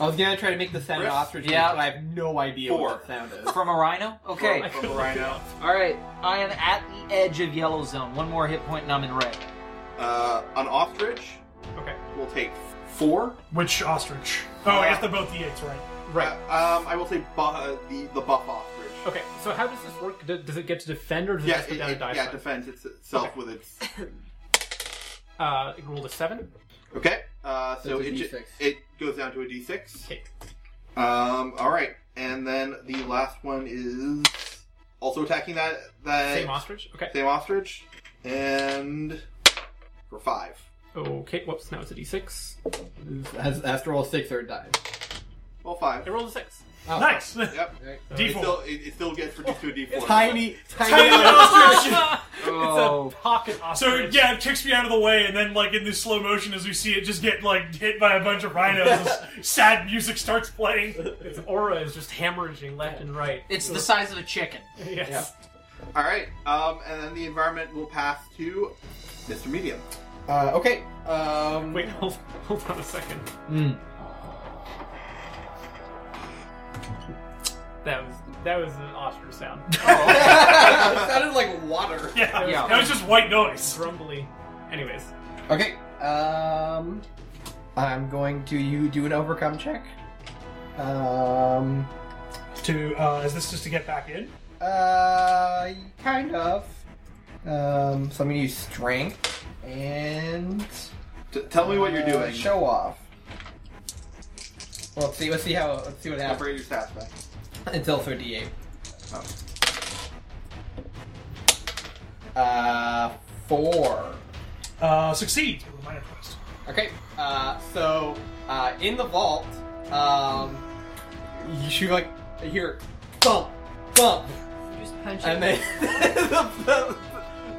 D: I was gonna try to make the sound of
A: Chris?
D: ostrich,
E: Yeah.
D: but I have no idea
A: Four.
D: what the sound is. *laughs*
E: From a rhino? Okay.
C: I *laughs*
A: From a Rhino.
E: All right, I am at the edge of yellow zone. One more hit point, and I'm in red.
A: Uh, an ostrich
C: Okay.
A: will take four.
B: Which
A: Uh,
B: ostrich? Oh, I guess they're both the eights, right?
A: Right. Um, I will say bu- uh, the the buff ostrich
C: Okay, so how does this work? D- Does it get to defend or does it
A: Yeah,
C: just go
A: it,
C: down
A: it,
C: to die
A: yeah,
C: side?
A: defends itself with its.
C: Uh, it rolled a seven.
A: Okay, uh, so
D: That's a
A: it, ju-
D: D6.
A: it goes down to a d6.
C: Okay.
A: Um, all right, and then the last one is also attacking that that
C: Same ostrich. Okay.
A: same ostrich, and for five.
C: Okay. Whoops. Now it's a d6.
D: Has, has to roll six or it dies.
A: Well, five.
C: It rolled a six.
D: Oh.
B: Nice. *laughs*
A: Yep.
D: Right.
A: It
B: D4.
C: *laughs*
A: still, it, it still gets reduced to a d4.
D: Tiny, tiny,
E: Oh.
C: It's a pocket
B: Oh. So
C: ostrich.
B: yeah, it kicks me out of the way, and then like in this slow motion, as we see it just get like hit by a bunch of rhinos,
E: *laughs*
B: this sad music starts playing.
C: Its aura is just hemorrhaging left and right.
E: It's the size of a chicken.
C: *laughs* yes.
A: All right, um, and then the environment will pass to Mr. Medium.
D: *laughs* Uh, okay. Um, *laughs*
C: Wait, hold, hold on a second.
D: Mm.
C: That was that was an ostrich sound.
D: sounded like water.
B: Yeah,
E: Yeah.
B: that was just white noise.
C: Grumbly. Anyways,
D: Okay. Um, I'm going to you do an overcome check. Um,
B: To uh, is this just to get back in?
D: uh, kind of. Um, so I'm gonna use strength and
A: T- tell me what you're
D: uh,
A: doing.
D: Show off. Well, let's see. Let's see how. Let's see what happens.
A: Separate your stats back.
D: It's also a D8.
A: Oh.
D: Uh, four.
B: Uh, succeed. with a minor quest.
D: Okay, uh, so uh, in the vault, um, you should like hear thump, thump,
F: Just punch
D: and
F: it.
D: then *laughs* the, the,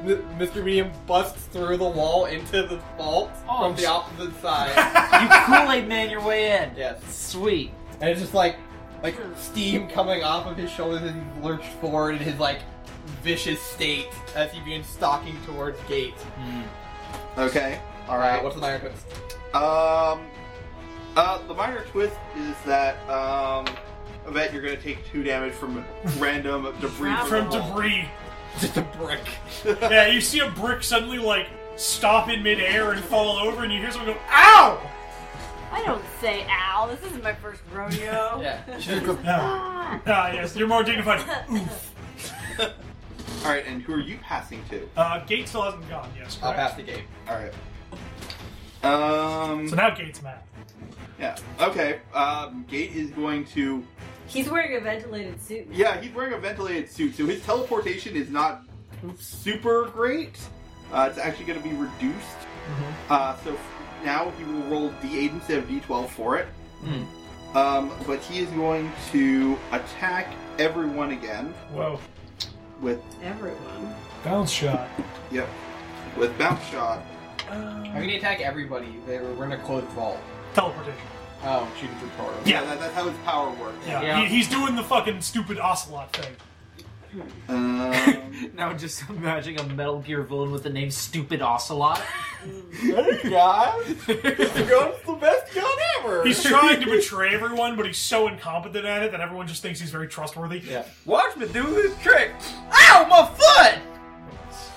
D: the, Mr. Medium busts through the wall into the vault from the opposite
E: *laughs*
D: side.
E: You Kool Aid man your way in.
D: yes,
E: Sweet.
D: and it's just like like steam coming off of his shoulders as he lurched forward in his like vicious state as he begins stalking towards gate.
A: Okay. All
D: All right,
A: right.
D: what's the minor twist?
A: Um, uh, the minor twist is that um, Yvette, you're going to take two damage from random debris.
B: From
A: the wall.
B: debris.
D: Just a brick.
B: Yeah, you see a brick suddenly like stop in midair and fall over, and you hear someone go, "Ow!"
F: I don't say ow. This isn't my first rodeo.
D: Yeah.
B: Ah,
F: Ah.
B: ah, yes, you're more dignified.
E: *laughs*
B: Oof.
A: *laughs* All right, and who are you passing to?
B: Uh, Gate still hasn't gone. Yes,
D: I'll
B: correct.
D: pass the gate.
A: All right. Um.
B: So now Gate's mad.
A: yeah. Okay. Um. Gate is going to.
F: He's wearing a ventilated suit.
A: Yeah, he's wearing a ventilated suit, so his teleportation is not super great. Uh, it's actually going to be reduced.
B: Mm-hmm.
A: Uh, so f- now he will roll d8 instead of d12 for it.
B: Hmm.
A: Um, but he is going to attack everyone again
B: Whoa.
A: with
F: Everyone.
B: Bounce shot.
A: yep with bounce shot.
D: I'm gonna attack everybody. They were, we're in a closed vault.
B: Teleportation.
D: Oh, I'm shooting through portals. *laughs*
B: Yeah.
A: that, that's how his power works.
B: Yeah,
E: Yeah.
B: He, he's doing the fucking stupid ocelot thing. *laughs*
A: Um,
E: Now just imagine a Metal Gear villain with the name Stupid Ocelot.
D: *laughs* guys, the gun's the best gun ever. *laughs*
B: He's trying to betray everyone, but he's so incompetent at it that everyone just thinks he's very trustworthy.
D: yeah. Watch me do this trick. Ow, my foot!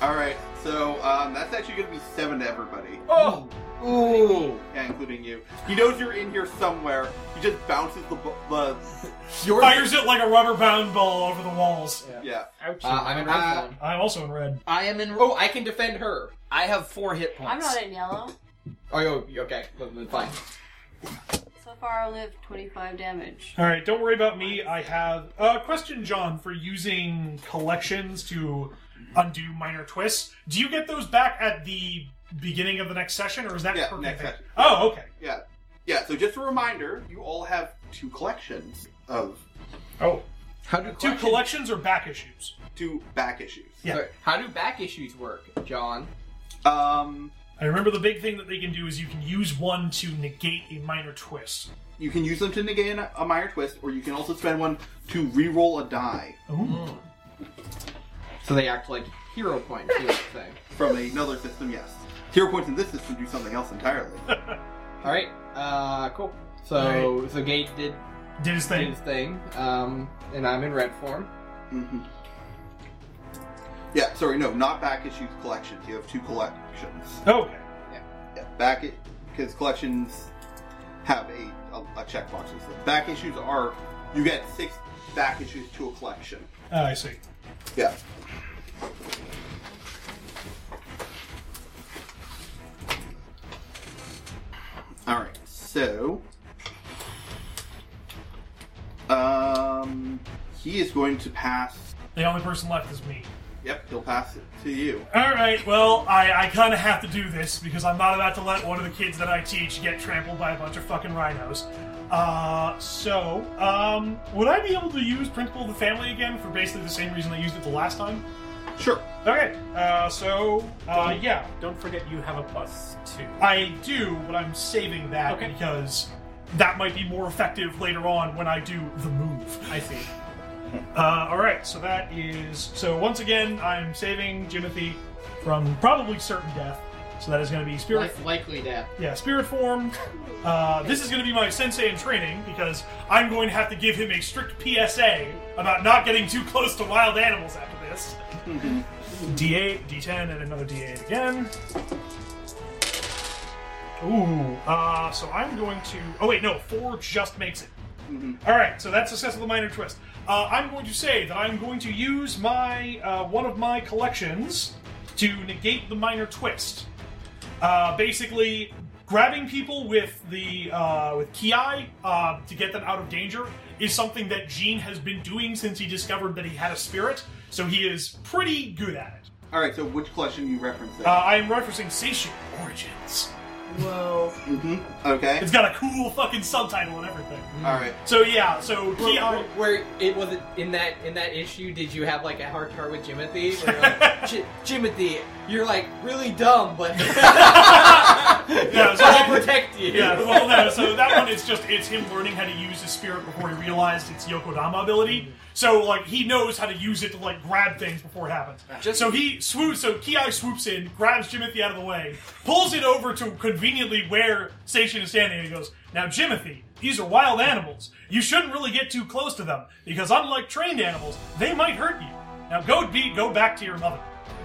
A: all right, so um, that's actually going to be seven to everybody,
D: Oh, ooh.
A: yeah, including you. He knows you're in here somewhere. He just bounces the, bu- the
D: Your
B: Fires it like a rubber bound ball over the walls.
A: yeah.
C: ouch.
D: Uh, I'm in red
E: Uh,
D: zone.
B: I'm also in red.
E: I am in.
D: Oh, I can defend her.
E: I have four hit points.
F: I'm not in yellow.
D: Oh, yo, yo, okay, well, then fine.
F: So far, I live 25 *laughs* damage.
B: All right, don't worry about me. I have a uh, question, John, for using collections to undo minor twists. Do you get those back at the beginning of the next session, or is that
A: Yeah,
B: per
A: next
B: thing?
A: session.
B: Oh, okay.
A: Yeah. Yeah, so just a reminder, you all have two collections of
B: Oh,
D: How do
B: two collections or back issues?
A: two back issues.
B: Yeah.
D: Sorry, How do back issues work, John?
A: Um
B: I remember the big thing that they can do is you can use one to negate a minor twist.
A: you can use them to negate a a minor twist, or you can also spend one to re-roll a die
B: Ooh.
A: Mm.
D: So they act like hero points. You would say.
A: from another system, yes. Hero points in this system do something else entirely.
D: All right. Uh, cool. So, so Gage did
B: Did his
D: did
B: thing.
D: his thing. Um, and I'm in red form.
A: hmm Yeah, sorry, no, not back issues, collections. You have two collections.
B: Oh, Okay.
A: Yeah, back because collections have a, a, a checkbox. Back issues are you get six back issues to a collection.
B: Uh, I see.
A: Yeah. All right. So, um, he is going to pass.
B: The only person left is me.
A: Yep, he'll pass it to you.
B: All right. Well, I, I kind of have to do this because I'm not about to let one of the kids that I teach get trampled by a bunch of fucking rhinos. Uh, so, um, would I be able to use Principle of the Family again for basically the same reason I used it the last time?
A: Sure.
B: Okay. Uh, so, uh, yeah,
C: Don't forget you have a plus two.
B: I do, but I'm saving that
C: Okay.
B: because that might be more effective later on when I do the move.
C: I see.
B: Uh, all right, so that is so. Once again, I'm saving Jimothy from probably certain death. So that is going to be spirit.
D: Like, likely death.
B: Yeah, spirit form. Uh, this is going to be my sensei in training because I'm going to have to give him a strict PSA about not getting too close to wild animals after this. D8, D10, and another D8 again. Ooh, uh, so I'm going to. Oh, wait, no, four just makes it. All right, so that's success with a minor twist. Uh, I'm going to say that I'm going to use my uh, one of my collections to negate the minor twist. Uh, basically, grabbing people with the uh, with ki uh, to get them out of danger is something that Gene has been doing since he discovered that he had a spirit. So he is pretty good at it.
A: All right. So, which collection you reference?
B: Uh, I am referencing Seishin Origins.
C: Whoa.
A: mm-hmm. Okay.
B: It's got a cool fucking subtitle and everything.
A: All right.
B: So yeah, so ki
D: Where, where it was in that in that issue, did you have like a hard time with Jimothy? Where
B: *laughs*
D: you're like, "Ji- Jimothy, you're like really dumb, but *laughs*
B: Yeah, so-
D: I'll protect you.
B: Yeah, well, no, so that one is just, it's him learning how to use his spirit before he realized it's Yokodama ability. So, like, he knows how to use it to, like, grab things before it happens.
E: Just-
B: so he swoops, so Ki swoops in, grabs Jimothy out of the way, pulls it over to conveniently where Station is standing, and he goes, Now, Jimothy, these are wild animals. You shouldn't really get too close to them, because unlike trained animals, they might hurt you. Now, go be, go back to your mother.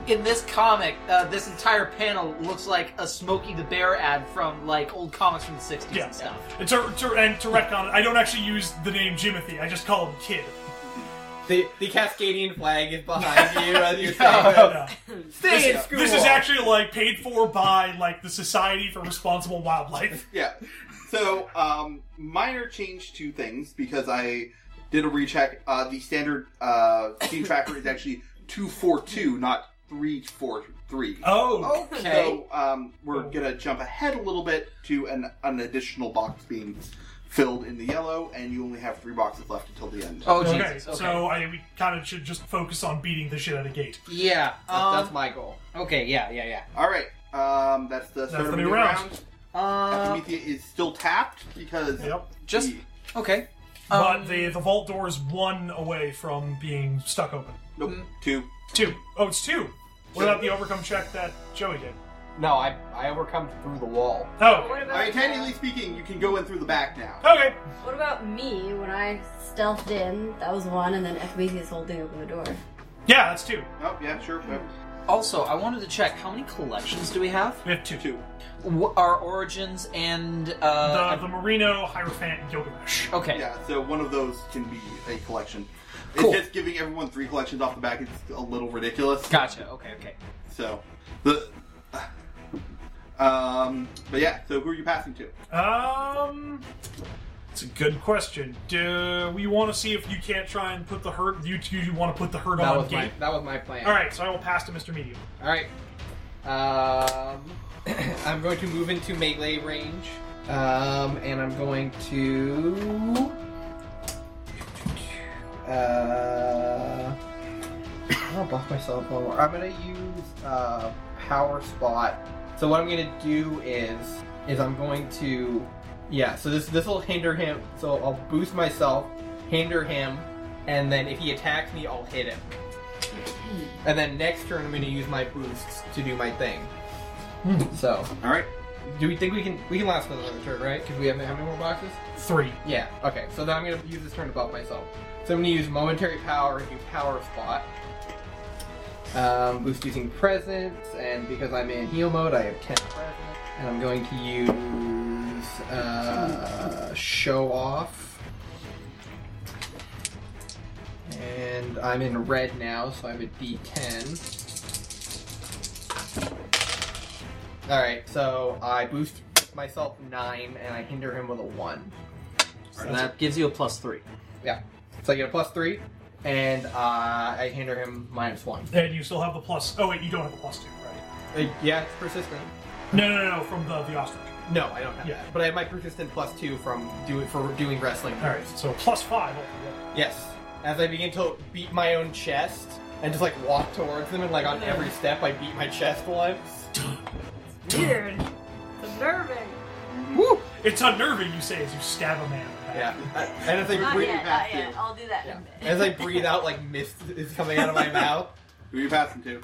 E: In this comic, uh, this entire panel looks like a Smokey the Bear ad from like old comics from the '60s
B: Yeah.
E: and stuff.
B: And to, to, and to retcon, it, I don't actually use the name Jimothy, I just call him Kid.
D: The, the Cascadian flag is
B: *laughs*
D: behind you as you're saying,
B: Yeah.
D: "Stay in school."
B: This is actually like paid for by like the Society for Responsible Wildlife.
A: Yeah. So, um, minor change to things because I did a recheck. Uh, the standard uh, team tracker is actually two four two, not three four three.
B: Oh,
D: okay.
A: So um, we're gonna jump ahead a little bit to an, an additional box being filled in the yellow, and you only have three boxes left until the end.
E: Oh
B: okay.
E: Jesus. Okay.
B: So I, we kind of should just focus on beating the shit out of Gate.
E: yeah.
D: That-
E: Um,
D: that's my goal.
E: okay. Yeah. Yeah. Yeah.
A: All right, um, that's the start of
B: the
A: the
B: new
A: new
B: round.
A: round.
E: Um,
A: Epimetheus is still tapped because
B: Yep.
E: just
A: he-
E: okay.
B: but
E: Um,
B: the the vault door is one away from being stuck open.
A: nope two.
B: Two. Oh, it's two. What about the overcome check that Joey did?
D: No, I I overcome through the wall.
B: Oh.
A: I mean, technically speaking, you can go in through the back now.
B: Okay.
F: What about me when I stealthed in? That was one, and then FBC is holding open the door.
B: Yeah, that's two.
A: Oh yeah, sure. yep,
E: Also, I wanted to check how many collections do we have?
B: We have two.
A: Two.
E: Wh- Our origins and
B: The,
E: uh,
B: the Merino, Hierophant, and Gilgamesh.
E: okay.
A: Yeah, so one of those can be a collection.
E: Cool.
A: It's just giving everyone three collections off the back. It's a little ridiculous.
E: Gotcha. Okay. Okay.
A: So the. Um, but yeah, so who are you passing to?
B: Um, it's a good question. Do we want to see if you can't try and put the hurt? You you want to put the hurt
D: That
B: on
D: was
B: Gate?
D: my that was my plan.
B: All right, so I will pass to Mr. Medium.
D: All right. Um, *clears throat* I'm going to move into melee range. Um, and I'm going to. Uh, I'll buff myself one more. I'm gonna use uh, power spot. So what I'm gonna do is is I'm going to yeah. So this this will hinder him. So I'll boost myself, hinder him, and then if he attacks me, I'll hit him. And then next turn, I'm going to use my boosts to do my thing. So,
A: All right.
D: do we think we can we can last for another turn, right? Because we have how many more boxes?
B: Three.
D: Yeah. Okay. So then I'm going to use this turn to buff myself. So I'm going to use momentary power and do power spot. Um, boost using presence, and because I'm in heal mode, I have ten presence, and I'm going to use uh, show off. And I'm in red now, so I'm at D10. Alright, so I boost myself 9 and I hinder him with a 1.
E: And that gives you a plus three.
D: Yeah. So I get a plus 3, and uh, I hinder him minus 1.
B: And you still have the plus. Oh wait, you don't have the plus two, right?
D: Uh, yeah, it's persistent.
B: No, no, no, no from the, the ostrich.
D: No, I don't have
B: Yeah.
D: that. But I have my persistent plus 2 from do for doing wrestling.
B: All right, so plus five. altogether.
D: Yes. As I begin to beat my own chest and just like walk towards them, and like on every step, I beat my chest once. *laughs*
F: Weird. It's unnerving.
D: Woo!
B: It's unnerving, you say, as you stab a man. in the back.
D: Yeah. And as I
F: Not
D: breathe
F: yet, not
D: past
F: yet.
D: you,
F: I'll do that
D: yeah.
F: in a
D: as
F: bit.
D: I breathe out, like mist is coming out of my mouth.
A: Who are you passing to?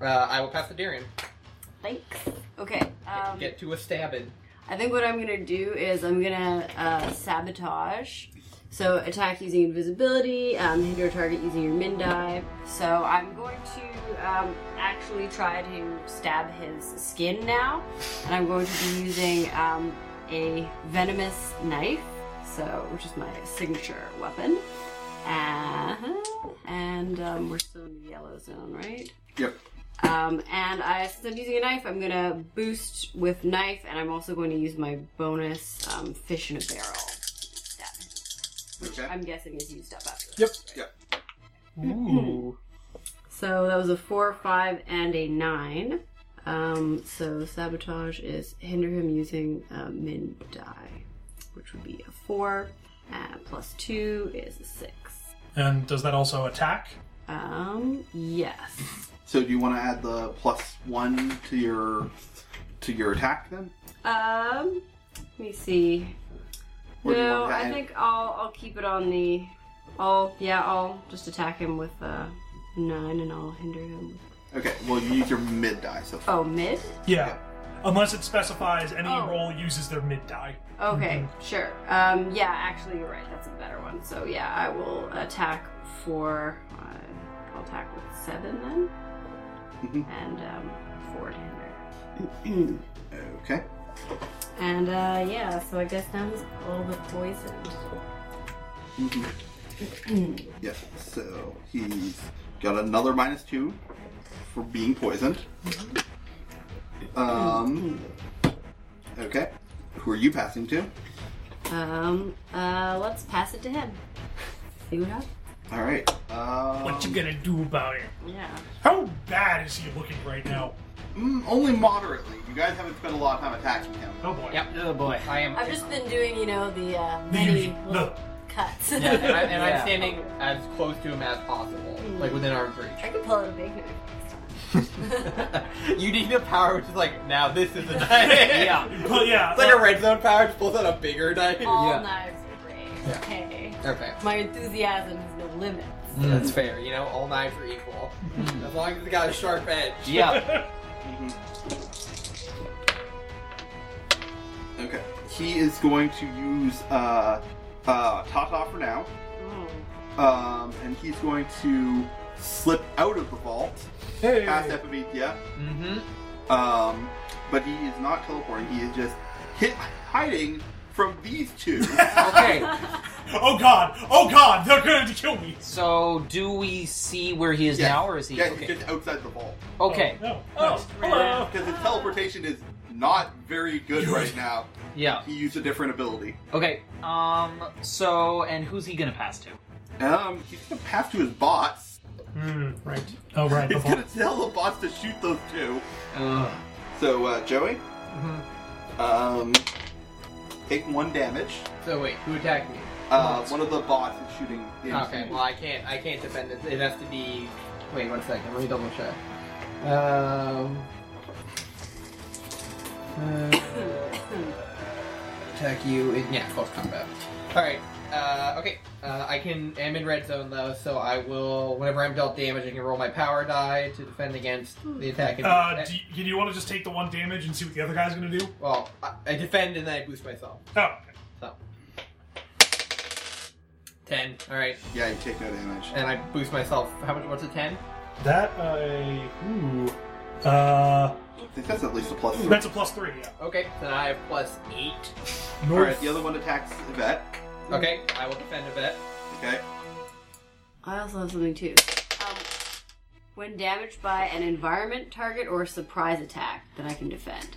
D: Uh, I will pass the Darien.
F: *laughs* Thanks. Okay. Um,
D: Get to a stabbing.
F: I think what I'm gonna do is I'm gonna uh, sabotage. So attack using invisibility, um, hinder a target using your min die. So I'm going to um, actually try to stab his skin now, and I'm going to be using um, a venomous knife, so which is my signature weapon. Uh-huh. And um, we're still in the yellow zone, right?
A: Yep.
F: Um, and I, since I'm using a knife, I'm gonna boost with knife, and I'm also going to use my bonus um, fish in a barrel. Stab him, Which
A: Okay.
F: I'm guessing is used up after.
B: Yep.
A: Yep.
B: Ooh.
F: So that was a four, five, and a nine. Um, so sabotage is hinder him using uh, min die, which would be a four. Uh, plus two is a six.
B: And does that also attack?
F: Um, yes.
A: So do you want to add the plus one to your to your attack then?
F: Um, let me see.
A: Or do you
F: no,
A: want to
F: I
A: add-
F: think I'll I'll keep it on the. I'll yeah I'll just attack him with uh nine and I'll hinder him. with-
A: Okay. Well, you use your mid die. So
F: Oh mid.
B: Yeah. Unless it specifies any
F: Oh.
B: roll uses their mid die.
F: Okay, sure. Um, yeah, actually you're right. That's a better one. So yeah, I will attack for. Uh, I'll attack with seven then,
A: Mhm.
F: and um, four to
A: *clears throat*
F: hinder.
A: okay.
F: and uh, yeah, so I guess now he's a little bit poisoned.
A: Yes. So he's got another minus two for being poisoned. Um. Okay. Who are you passing to?
F: Um, uh, let's pass it to him. See what happens.
A: All right. Um,
B: What you gonna do about it?
F: Yeah.
B: How bad is he looking right now?
A: mm, only moderately. You guys haven't spent a lot of time attacking him.
B: Oh boy.
D: Yep.
E: Oh boy.
D: I am.
F: I've just been doing, you know, the uh,
B: The
F: many
B: usual-
F: little
B: the-
F: cuts.
D: Yeah,
F: *laughs*
D: and, I, and
E: Yeah.
D: I'm standing as close to him as possible, like within arm's
F: I
D: reach.
F: could pull out a big knife.
D: *laughs* you need a power which is like, now this is *laughs* a knife.
E: Yeah.
B: But yeah.
D: It's like a
B: uh,
D: red zone power, just pulls out a bigger knife.
F: All
E: Yeah.
F: knives are great. Okay.
D: Okay.
F: My enthusiasm has no limits.
D: That's fair, you know, all knives are equal. as long as it's got a sharp edge.
E: Yeah. *laughs*
A: Mm-hmm. Okay. He is going to use uh, uh, Tata for now,
F: Mm.
A: um, and he's going to slip out of the vault
B: hey.
A: past Epimethea.
D: Mm-hmm.
A: Um, but he is not teleporting. He is just hit, hiding from these two.
E: Okay.
B: Oh god. Oh god. They're going to kill me.
E: So do we see where he is
A: Yes.
E: now, or is he?
A: Yeah,
E: okay.
A: he's just outside the vault
E: okay.
B: Oh, no.
C: Oh, hello.
A: because his teleportation is not very good right now.
E: Yeah.
A: He used a different ability.
E: Okay. Um. So and who's he gonna pass to?
A: Um, he's gonna pass to his bots.
B: Hmm, right. Oh, right.
C: *laughs*
A: He's gonna tell the bots to shoot those two.
E: Uh,
A: So uh, Joey,
D: Mm-hmm.
A: um, take one damage.
D: So wait, who attacked me?
A: Uh, one of the bots is shooting. In.
D: Okay, well I can't I can't defend it. It has to be wait one second, let me double check. Um uh, attack you in yeah, close combat. Alright. Uh, okay, uh, I can am in red zone though, so I will. Whenever I'm dealt damage, I can roll my power die to defend against the attack. And,
B: Uh, do you, do you want to just take the one damage and see what the other guy's going to do?
D: well, I, I defend and then I boost myself.
B: Oh, okay.
D: So ten. All right,
A: Yeah, you take no damage.
D: and I boost myself. How much? What's a ten?
B: That, I. Ooh. Uh,
A: I think that's at least a plus three.
B: that's a plus three, yeah.
D: Okay, then I have plus eight.
A: All right, the other one attacks Yvette.
D: Okay, I will defend a bit.
A: Okay.
F: *laughs* I also have something too. Um, when damaged by an environment target or a surprise attack that I can defend.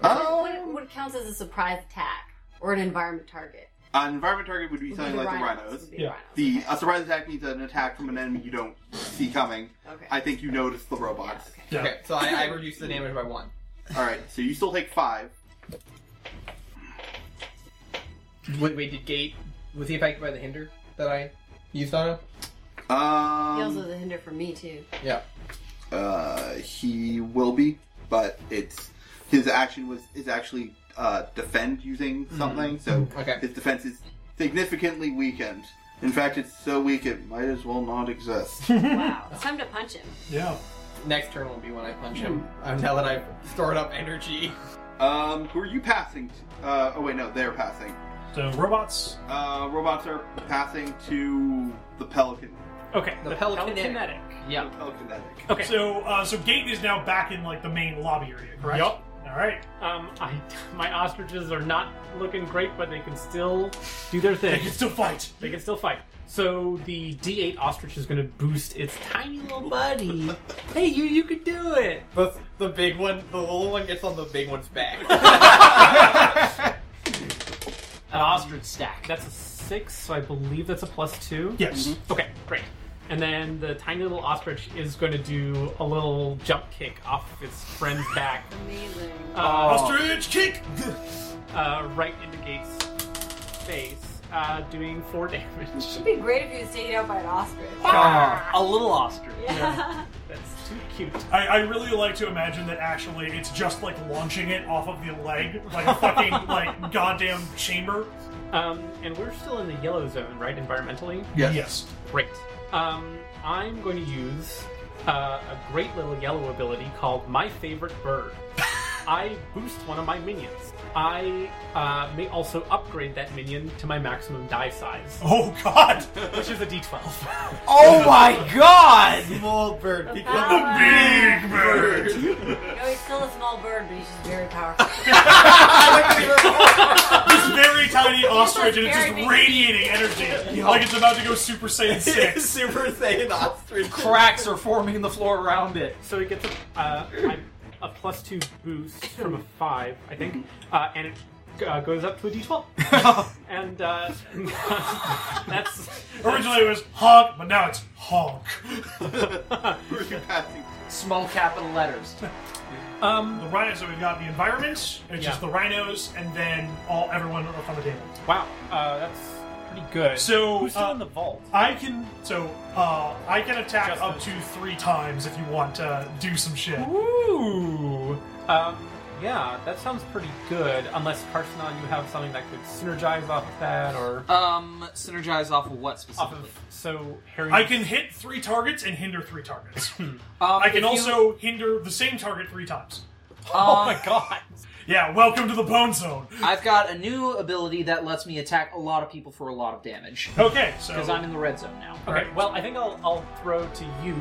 F: What,
A: Um,
F: what counts as a surprise attack or an environment target?
A: an environment target would be something
F: The
A: like
F: rhinos
A: the rhinos.
F: would be
B: Yeah.
F: rhinos.
A: The a surprise attack means an attack from an enemy you don't see coming.
F: Okay.
A: I think you notice the
F: Yeah,
A: robots.
F: okay.
B: Yeah.
D: Okay, so I, I reduced the damage by one.
A: All right, so you still take five.
D: Wait, wait, did Gate was he affected by the hinder that I used on him?
F: He also
A: Um,
F: is a hinder for
B: *laughs*
F: me too.
D: Yeah.
A: uh, he will be, but it's his action was is actually uh, defend using something, so
D: Okay.
A: his defense is significantly weakened. In fact, it's so weak it might as well not exist.
F: Wow. It's time to punch him.
B: Yeah.
D: Next turn will be when I punch him. Um, now that I've stored up energy.
A: um, who are you passing? To? Uh, oh wait, no, they're passing.
B: So robots.
A: Uh, robots are passing to the pelican.
C: Okay.
D: The Pelicanetic.
E: Yeah.
A: Telekinetic.
C: Okay.
B: So uh, so gate is now back in like the main lobby area, correct?
C: Yup.
B: All right.
C: Um, I, *laughs* my ostriches are not looking great, but they can still do their
B: They
C: thing.
B: can still fight.
C: *laughs* They can still fight. So the D8 ostrich is going to boost its tiny little buddy. hey, you, you can do it.
D: The, the big one, the little one gets on the big one's back. *laughs*
E: An ostrich stack.
C: That's a six, so I believe that's a plus two.
B: Yes.
C: Okay, great. And then the tiny little ostrich is going to do a little jump kick off of its friend's back,
F: Amazing.
C: uh,
B: Ostrich kick.
C: uh, right into Gates' face, uh, doing four *laughs* damage.
F: It'd be great if he was taken out by an ostrich.
E: Ah, a little ostrich.
F: *laughs* Yeah.
C: That's too cute.
B: I, I really like to imagine that actually it's just like launching it off of the leg, like a fucking like goddamn chamber.
C: Um, and we're still in the yellow zone, right? Environmentally.
A: Yes.
C: Great. Um, I'm going to use uh, a great little yellow ability called My Favorite
B: *laughs*
C: Bird. I boost one of my minions. I uh, may also upgrade that minion to my maximum die size,
B: Oh god.
C: *laughs* which is a d12.
E: Oh my god!
D: Small bird.
F: The
D: because- *laughs*
F: power.
B: Big *laughs* bird.
F: No, he's still a small bird, but he's just
D: *laughs*
F: very powerful.
B: This very tiny ostrich and it's
F: Very
B: just
F: big.
B: radiating energy. Like it's about to go Super Saiyan 6.
D: Super Saiyan ostrich.
E: Cracks are forming in the floor around *laughs* it.
C: *laughs* So it gets a, uh, I'm a plus two boost from a five, I think, uh, and it uh, goes up to a d12. and uh, *laughs* that's *laughs*
B: Originally it was honk, but now it's honk.
A: *laughs* Who are you passing to?
E: Small capital letters.
C: um
B: The rhinos, so we've got the environment, it's just
C: Yeah.
B: the rhinos, and then all everyone up on the table.
C: wow uh, that's pretty good.
B: So,
C: who's still
B: uh,
C: in the vault?
B: I can so uh, I can attack
C: Just
B: up
C: those
B: to three times if you want to do some shit.
C: Ooh. Um, yeah, that sounds pretty good. Unless Carsonon, you have something that could synergize off of that, or
E: Um, synergize off of what
C: off
E: specifically?
C: of so Harry.
B: I can hit three targets and hinder three targets.
E: Um,
B: I
E: if
B: can
E: you-
B: also *laughs* hinder the same target three times.
C: Oh
E: um,
C: my
B: *laughs*
C: god!
B: Yeah, welcome to the bone zone.
E: I've got a new ability that lets me attack a lot of people for a lot of damage.
B: Okay, so
E: Because I'm in the red zone now.
C: Okay, well, I think I'll I'll throw to you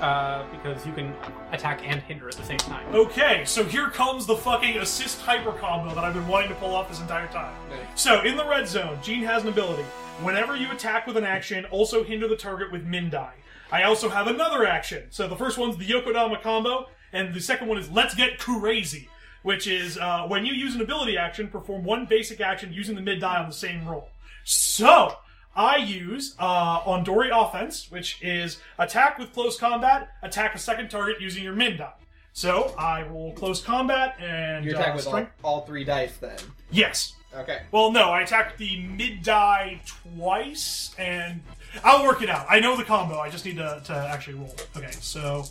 C: uh, because you can attack and hinder at the same time.
B: Okay, so here comes the fucking assist hyper combo that I've been wanting to pull off this entire time.
D: Okay.
B: So in the red zone, Gene has an ability. Whenever you attack with an action, also hinder the target with Mindai. I also have another action. So the first one's the Yokodama combo, and the second one is Let's Get Crazy, which is uh, when you use an ability action, perform one basic action using the mid die on the same roll. So I use uh, on Dory offense, which is attack with close combat, attack a second target using your min die. So I roll close combat and
D: You attack
B: uh,
D: with all,
B: strength-
D: all three dice then.
B: Yes.
D: Okay.
B: Well, no, I attacked the mid die twice, and I'll work it out. I know the combo. I just need to, to actually roll. Okay, so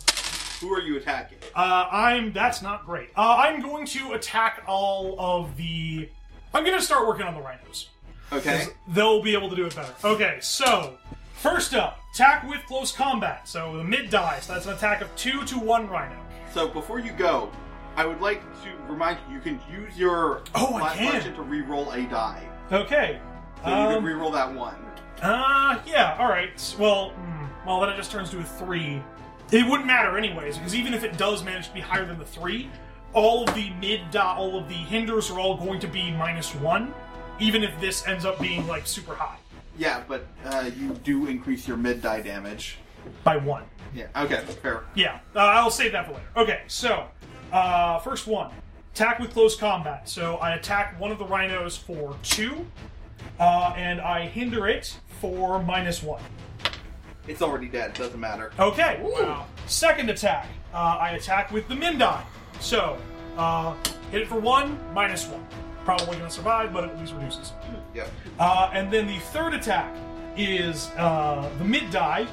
A: Who are you attacking?
B: uh, I'm that's not great. Uh, I'm going to attack all of the. I'm going to start working on the rhinos.
A: Okay.
B: They'll be able to do it better. Okay, so first up, attack with close combat. So the mid dies. That's an attack of two to one rhino.
A: So before you go, I would like to remind you you can use your
B: Oh, I
A: last
B: can.
A: action to re-roll a die.
B: Okay.
A: So you can
B: um,
A: re-roll that one.
B: uh, yeah. All right. Well, mm, well, then it just turns to a three. It wouldn't matter anyways, because even if it does manage to be higher than the three, all of the mid dot, all of the hinders are all going to be minus one, even if this ends up being like super high.
A: Yeah, but uh, you do increase your mid die damage.
B: by one.
A: Yeah. Okay. Fair.
B: Yeah, uh, I'll save that for later. Okay, so uh, first one attack with close combat. So I attack one of the rhinos for two, uh, and I hinder it for minus one.
A: It's already dead. Doesn't matter.
B: Okay. Wow. Second attack. Uh, I attack with the Mindai. So uh, hit it for one, minus one. Probably going to survive, but at least reduces.
A: Yeah.
B: Uh, and then the third attack is uh, the mid die,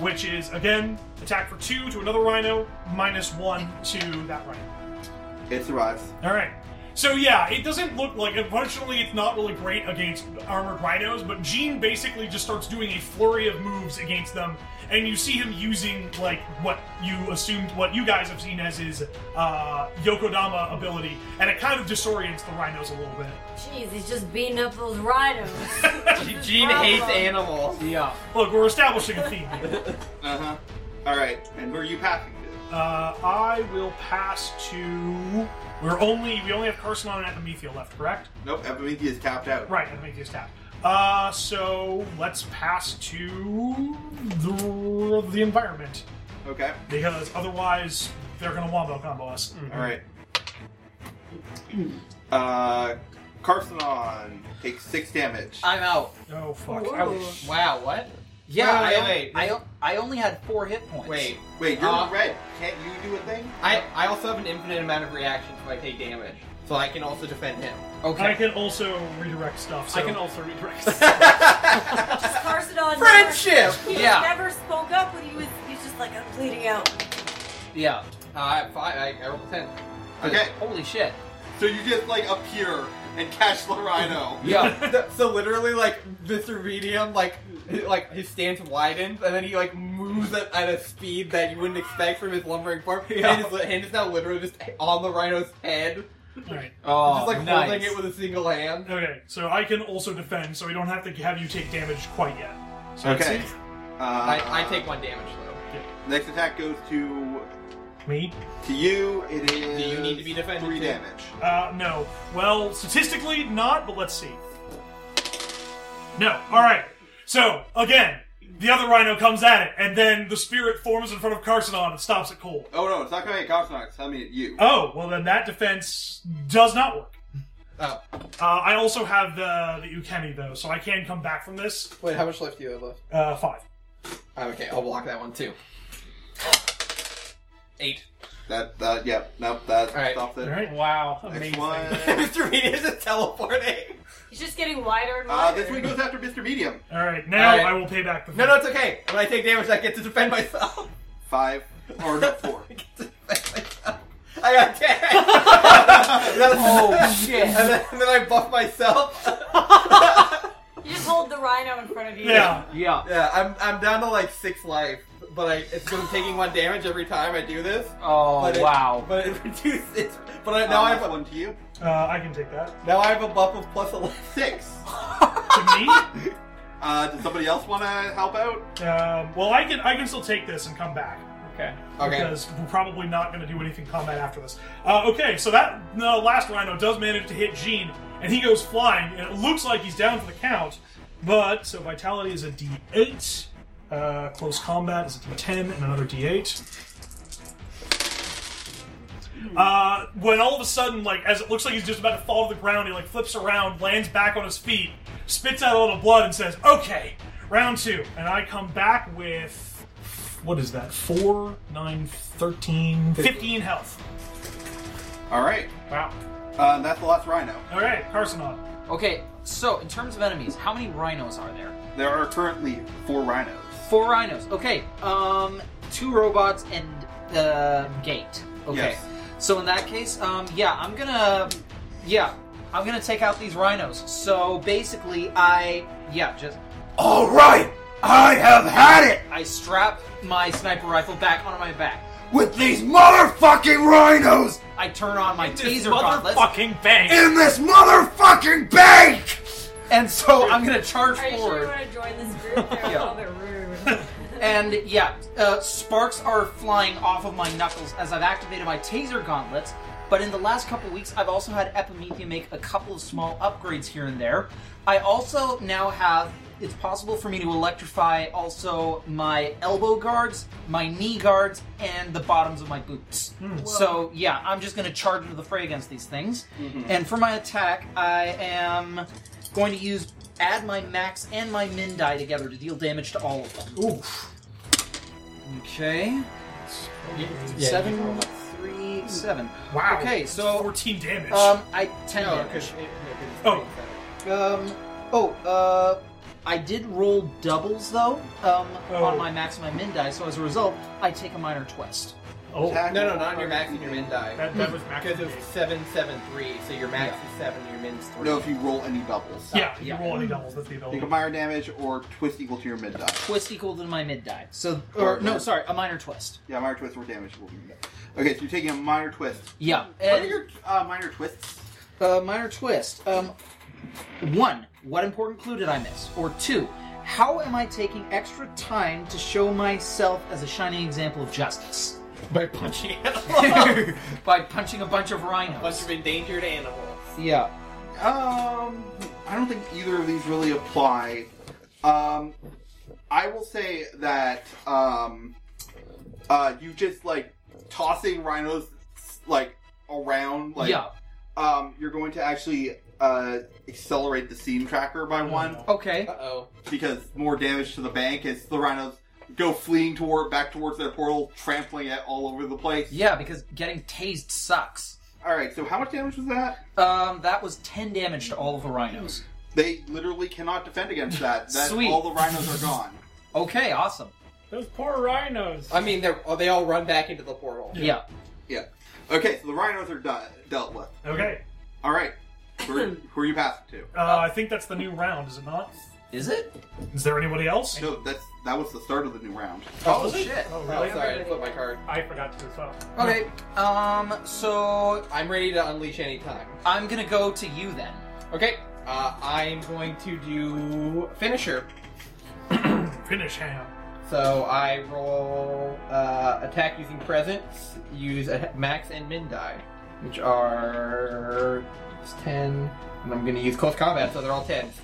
B: which is again attack for two to another rhino, minus one to that rhino.
A: It survives.
B: All right. So yeah, it doesn't look like. Unfortunately, it's not really great against armored rhinos, but Gene basically just starts doing a flurry of moves against them, and you see him using like what you assumed, what you guys have seen as his uh, Yokodama ability, and it kind of disorients the rhinos a little bit.
F: Jeez, he's just beating up those rhinos.
D: *laughs* Gene hates animals. Yeah.
B: Look, we're establishing a theme here.
A: Uh huh. All right. And who are you passing to?
B: Uh, I will pass to. We're only we only have Carson and Epimethea left, correct?
A: Nope. Epimethea is tapped out.
B: Right, Epimethea's tapped. Uh, so let's pass to the, the environment
A: Okay.
B: because otherwise they're gonna wombo combo us.
C: Mm.
A: All right. Uh, Carsonon takes six damage.
D: I'm out.
B: Oh fuck!
C: Ouch.
D: Wow, what?
E: Yeah,
D: Wait,
E: I,
D: wait,
E: I, I only had four hit points.
D: Wait.
A: Wait, you're
D: Uh,
A: red. Can't you do a thing?
D: I, I also have an infinite amount of reactions if I take damage. So I can also defend *laughs* him.
E: Okay.
B: I can also redirect stuff. So
C: I can also
B: *laughs*
C: redirect.
F: Just Carson on
D: Friendship!
F: He
D: *laughs*
F: just
D: Yeah.
F: never spoke up when he was. He's just like I'm bleeding out.
D: Yeah. Uh, I have five. I, I rolled a ten.
A: Okay.
E: Holy shit.
A: So you just like appear and catch the rhino.
E: Yeah.
D: so literally, like Mr. Medium, like hi- like his stance widens, and then he like moves at, at a speed that you wouldn't expect from his lumbering form.
E: Yeah.
D: And his li- hand is now literally just on the rhino's head,
B: All right.
E: oh,
D: just like
E: nice.
D: holding it with a single hand.
B: Okay, so I can also defend, so we don't have to have you take damage quite yet. So let's
A: Okay.
B: see.
A: Uh,
D: *laughs*
E: Ah.
D: I, I take one damage though.
A: Next attack goes to
B: me.
A: to you. It is.
D: Do you need to be defended
A: Three
D: too?
A: damage.
B: Uh, no. Well, statistically, not, but let's see. No. All right. So, again, the other rhino comes at it, and then the spirit forms in front of Carsonon and stops it cold.
A: Oh no, it's not coming at Carsonon. It's coming at you.
B: Oh, well, then that defense does not work.
D: Oh
B: Uh, I also have the, the Ukemi, though, so I can come back from this.
D: wait, how much left do you have left?
B: Uh, five.
D: Oh, okay, I'll block that one
E: *laughs*
D: too. Eight.
A: That that yeah. Nope. That
D: All right.
A: stops it.
B: All right.
C: wow,
A: Next
C: amazing.
A: one.
D: Mr. Medium is teleporting.
F: He's just getting wider and
A: Uh,
F: wider.
A: this one goes after Mr. Medium.
B: All right. Now
D: All right.
B: I will pay back the.
D: No, no, it's okay. When I take damage, I get to defend myself.
A: Five or no,
D: *laughs*
A: four. Uh,
D: I get to defend myself. I got ten. *laughs* That's-
E: Oh, shit.
D: *laughs* And then, and then I buff myself.
F: You just hold the rhino in front of you.
B: Yeah.
E: yeah.
D: yeah, I'm I'm down to like six life, but I it's because I'm taking one damage every time I do this.
E: Oh,
D: But it-
E: wow.
D: But it *laughs* reduces. It's, but I, now I have
A: Uh,
D: a,
A: one to you.
B: Uh, I can take that.
D: now I have a buff of plus eleven.
A: Six.
B: To me. *laughs*
A: Uh, does somebody else want to help out?
B: um, well, I can. I can still take this and come back.
C: Okay.
D: Okay.
B: because we're probably not going to do anything combat after this. Uh, okay, so that uh, last rhino does manage to hit Gene, and he goes flying, and it looks like he's down for the count. But so vitality is a D8, uh, close combat is a D10, and another D8. Uh, when all of a sudden, like as it looks like he's just about to fall to the ground, he like flips around, lands back on his feet, spits out a little blood, and says, "Okay, round two. And I come back with what is that? 4, 9, 13, 15 health.
A: All right.
B: Wow.
A: Uh, that's the last rhino.
B: All right, Carsonon.
E: Okay, so in terms of enemies, how many rhinos are there?
A: There are currently four rhinos.
E: Four rhinos. Okay, um, two robots and uh, gate. Okay,
A: Yes.
E: so in that case, um, yeah, I'm gonna, yeah, I'm gonna take out these rhinos. So basically, I, yeah, just
G: All right, I have had it
E: I strap my sniper rifle back onto my back.
G: with these motherfucking rhinos
E: I turn on my
B: This
E: taser gauntlets,
B: motherfucking bang!
G: in this motherfucking bank.
E: and so I'm gonna charge
F: Are you sure you
E: forward.
F: want to join this
D: *laughs*
F: group? They're a little bit rude.
E: And yeah, uh, sparks are flying off of my knuckles as I've activated my taser gauntlets, But in the last couple weeks, I've also had Epimethea make a couple of small upgrades here and there. I also now have. It's possible for me to electrify also my elbow guards, my knee guards, and the bottoms of my boots. So yeah, I'm just going to charge into the fray against these things.
B: Mm-hmm.
E: And for my attack, I am going to use add my max and my min die together to deal damage to all of them.
B: Oof.
E: Okay. Seven, three, seven.
B: Wow.
E: Okay, so
B: 14 damage.
D: uh,
E: um, I ten
D: No,
E: damage.
D: because it-
B: Oh.
D: no, 'cause it's-
E: Um, oh, uh, I did roll doubles though um,
B: Oh.
E: on my max and my min die, so as a result, I take a minor twist.
C: Oh,
D: No, no, not on your max and your min die.
B: that, that was max.
D: Because it's seven, seven, three. So your max is seven, your min's three.
A: No, if you roll any doubles.
B: yeah, if you
E: yeah.
B: roll any doubles, that's the
A: Take
B: ability.
A: a minor damage or twist equal to your mid die.
E: Twist equal to my mid die. So,
B: Oh.
E: or no, sorry, a minor twist.
A: Yeah, minor twist or damage equal to your mid die. Okay, so you're taking a minor twist.
E: Yeah.
A: What are
E: and-
A: your uh, minor twists?
E: Uh, minor twist. Um, one, what important clue did I miss? Or two, how am I taking extra time to show myself as a shining example of justice?
D: by punching
E: *laughs* By punching a bunch of
D: a bunch
E: rhinos.
D: of endangered animals.
E: Yeah.
A: Um, I don't think either of these really apply. Um, I will say that um, uh, you just like tossing rhinos like around. Like,
E: yeah.
A: um, you're going to actually uh, accelerate the scene tracker by
E: Mm-hmm.
A: one
E: Okay.
D: Uh oh.
A: because more damage to the bank as the rhinos go fleeing toward back towards their portal, trampling it all over the place.
E: Yeah, because getting tased sucks.
A: All right. So how much damage was that?
E: Um, that was 10 damage to all of the rhinos.
A: They literally cannot defend against
E: *laughs*
A: that. That
E: Sweet.
A: all the rhinos are gone.
E: Okay, awesome.
C: those poor rhinos.
D: I mean, they're, oh, they all run back into the portal.
E: Yeah.
A: Yeah. Okay, so the rhinos are done, dealt with.
B: Okay.
A: All right. Who are, who are you passing
B: Uh, I think that's the new round, is it not?
E: Is it?
B: Is there anybody else?
A: to? No, that's that was the start of the new round.
E: Oh, shit.
B: Oh,
D: Oh,
B: really?
D: sorry, I didn't put my card.
C: I forgot to as well.
E: Okay. Um, so
D: I'm ready to unleash any time.
E: I'm gonna go to you then.
D: Okay, uh, I'm going to do finisher.
B: Finish him.
D: So I roll uh, attack using presence, use a max and min die, which are it's ten, and I'm going to use close combat, so they're all tens.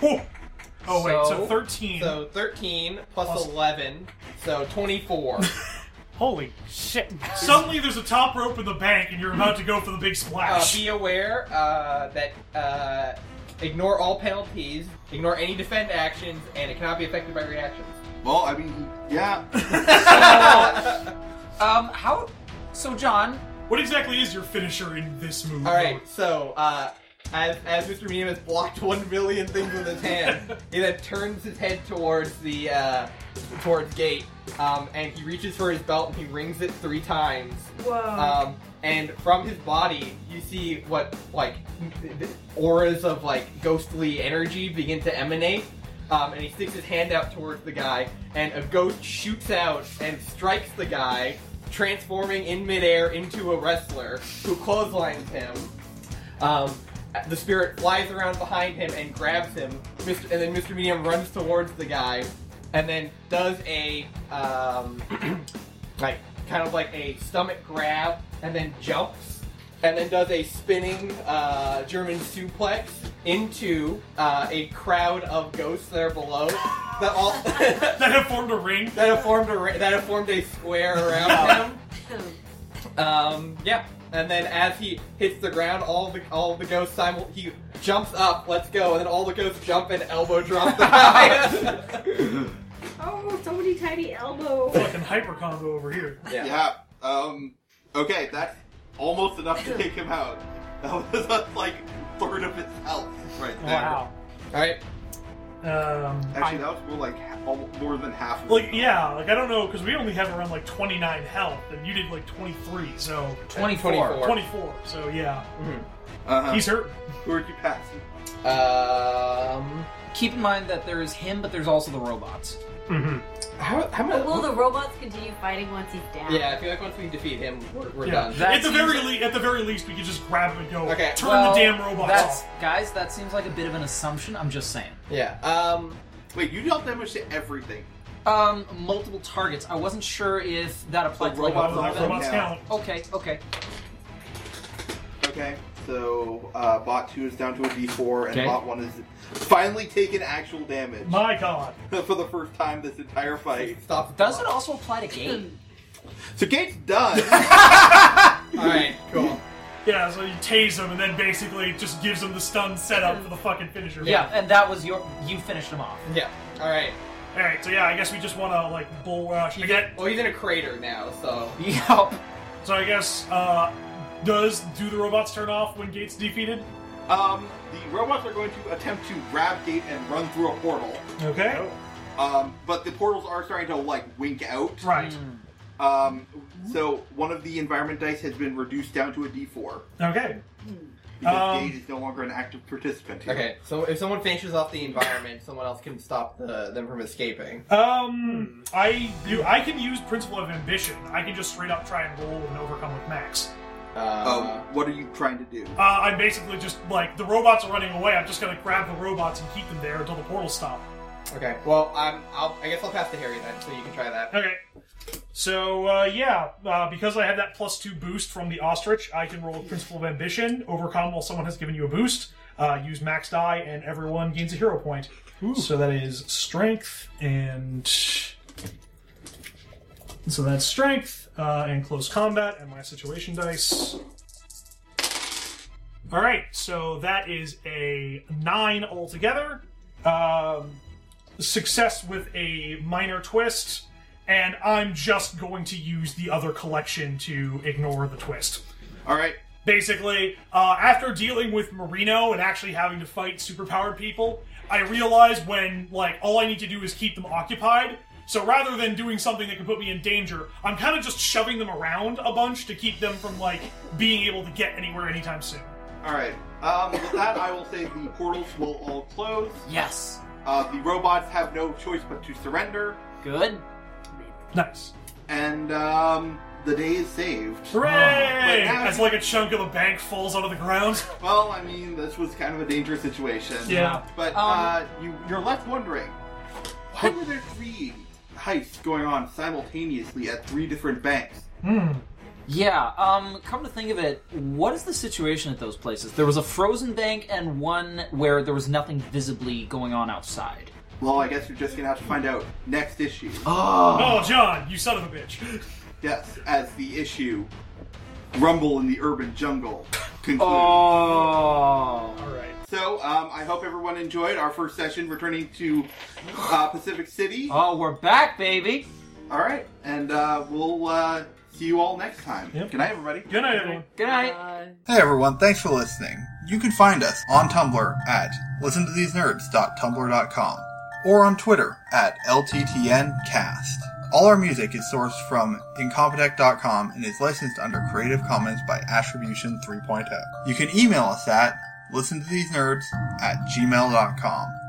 B: Whew. Oh, wait, so
D: So-
B: 13.
D: So 13 plus
B: Plus-
D: 11, so 24.
E: *laughs*
C: Holy shit.
B: Suddenly there's a top rope in the bank, and you're about to go for the big
D: uh,
B: splash.
D: be aware uh, that uh, ignore all penalties, ignore any defend actions, and it cannot be affected by reactions.
A: Well, I mean, yeah.
E: Um, how? So, John,
B: what exactly is your finisher in this move?
D: All right, so uh, as as Mr. Meme has blocked one million things with his *laughs* hand, he then turns his head towards the uh, towards gate, um, and he reaches for his belt and he rings it three times.
F: Whoa.
D: Um, and from his body, you see what like auras of like ghostly energy begin to emanate. Um, and he sticks his hand out towards the guy, and a ghost shoots out and strikes the guy, transforming in midair into a wrestler who clotheslines him. Um, the spirit flies around behind him and grabs him, Mr. and then Mr. Medium runs towards the guy, and then does a um, *clears throat* like kind of like a stomach grab, and then jumps, and then does a spinning uh, German suplex into uh, a crowd of ghosts that are below that all *laughs* that
B: That have formed a ring.
D: have formed a ra- that have formed a square around him. Um, yeah. And then as he hits the ground, all the all the ghosts simul- he jumps up, let's go, and then all the ghosts jump and elbow
B: *laughs*
D: drop the guy. *laughs*
F: oh, so many
D: *laughs*
F: tiny elbows.
B: Fucking hyper combo over here.
A: yeah, Um, okay, that's almost enough to take him out. That was that's like a third of his health right there.
C: Wow.
D: Alright.
B: Um,
A: Actually, that was more like ha- al- more than half. Of
B: like,
A: his health.
B: yeah, like, I don't know, because we only have around, like, 29 health, and you did, like, 23, so...
E: 24.
D: 24.
B: 24, so yeah.
A: Uh-huh.
B: He's hurt.
A: Who are you passing?
D: Um
E: Keep in mind that there is him, but there's also the robots.
B: Mm-hmm.
D: how how much
F: Will the robots continue fighting once he's down?
D: Yeah, I feel like once we defeat him, we're, we're
B: Yeah.
D: done.
E: That
B: at the
E: seems
B: very
E: like-
B: le- at the very least, we could just grab him and go.
D: Okay,
B: Turn
E: Well,
B: the damn robots
E: that's,
B: off.
E: Guys, that seems like a bit of an assumption. I'm just saying.
D: Yeah. Um
A: Wait, you dealt damage to everything.
E: Um, multiple targets. I wasn't sure if that applied
A: The
E: to like
A: robot-
E: a
A: the
E: weapon.
B: robots
A: yeah.
B: count.
E: Okay, okay.
A: Okay, so uh, bot two is down to a D4, and
E: Okay.
A: bot one is finally taking actual damage
B: My god.
A: *laughs* for the first time this entire fight.
D: Stop. the
E: Does it
D: clock.
E: also apply to game?
F: Hmm.
A: So Gate's
B: *laughs*
A: done.
D: All right, cool.
B: Yeah, so you tase him and then basically just gives him the stun setup for the fucking finisher.
E: *laughs* Yeah, and that was your you finished him *laughs* off.
D: Yeah. All right.
B: All right, so yeah, I guess we just want to like bull rush. I get-
D: Well, he's in a crater now, so
E: Yep.
B: so I guess uh, does do the robots turn off when Gates defeated?
A: um, the robots are going to attempt to grab Gate and run through a portal.
B: Okay.
A: Um, but the portals are starting to like wink out.
B: Right.
E: Hmm.
A: Um, so one of the environment dice has been reduced down to a D4
B: Okay.
A: because
B: Um,
A: Gate is no longer an active participant. Here.
D: okay. So if someone finishes off the environment, someone else can stop the, them from escaping.
B: Um, I you I can use principle of ambition. I can just straight up try and roll and overcome with Max.
A: Um,
B: Oh.
D: Uh,
A: what are you trying to do?
B: Uh, I'm basically just like the robots are running away. I'm just gonna grab the robots and keep them there until the portals stop.
D: Okay. Well, I'm. I'll, I guess I'll pass to Harry then, so you can try that.
B: Okay. So uh, yeah, uh, because I have that plus two boost from the ostrich, I can roll with principle of ambition, overcome while someone has given you a boost, uh, use max die, and everyone gains a hero point. So that is strength and. So that's strength uh, and close combat and my situation dice. All right, so that is a nine altogether. Um, success with a minor twist, and I'm just going to use the other collection to ignore the twist.
A: All right.
B: Basically, uh, after dealing with Marino and actually having to fight superpowered people, I realized when like all I need to do is keep them occupied. So rather than doing something that could put me in danger, I'm kind of just shoving them around a bunch to keep them from like being able to get anywhere anytime soon.
A: All right. Um, with that, I will say the portals will all close.
E: Yes.
A: Uh, the robots have no choice but to surrender,
E: Good.
B: Nice.
A: and um, the day is saved.
B: Hooray!
A: But now-
B: As like a chunk of the bank falls out of the ground.
A: Well, I mean, this was kind of a dangerous situation.
B: Yeah.
A: But uh, you, you're left wondering why were there three heists going on simultaneously at three different banks?
E: Yeah. Um. Come to think of it, what is the situation at those places? There was a frozen bank and one where there was nothing visibly going on outside.
A: Well, I guess you're just gonna have to find out next issue.
B: Oh, John, you son of a bitch. *laughs*
A: Yes, as the issue Rumble in the Urban Jungle concludes.
E: Oh.
B: All right.
A: So, um, I hope everyone enjoyed our first session returning to uh, Pacific City.
E: Oh, we're back, baby.
A: All right, and uh, we'll uh, see you all next time.
B: Yep.
A: Good night, everybody.
B: Good night, everyone.
E: Good night.
F: Uh,
H: Hey everyone, thanks for listening. You can find us on Tumblr at listentothesenerds.tumblr.com or on Twitter at LTTNcast. All our music is sourced from incompetech.com and is licensed under Creative Commons by oh. Attribution 3.0. You can email us at listentothesenerds at gmail.com.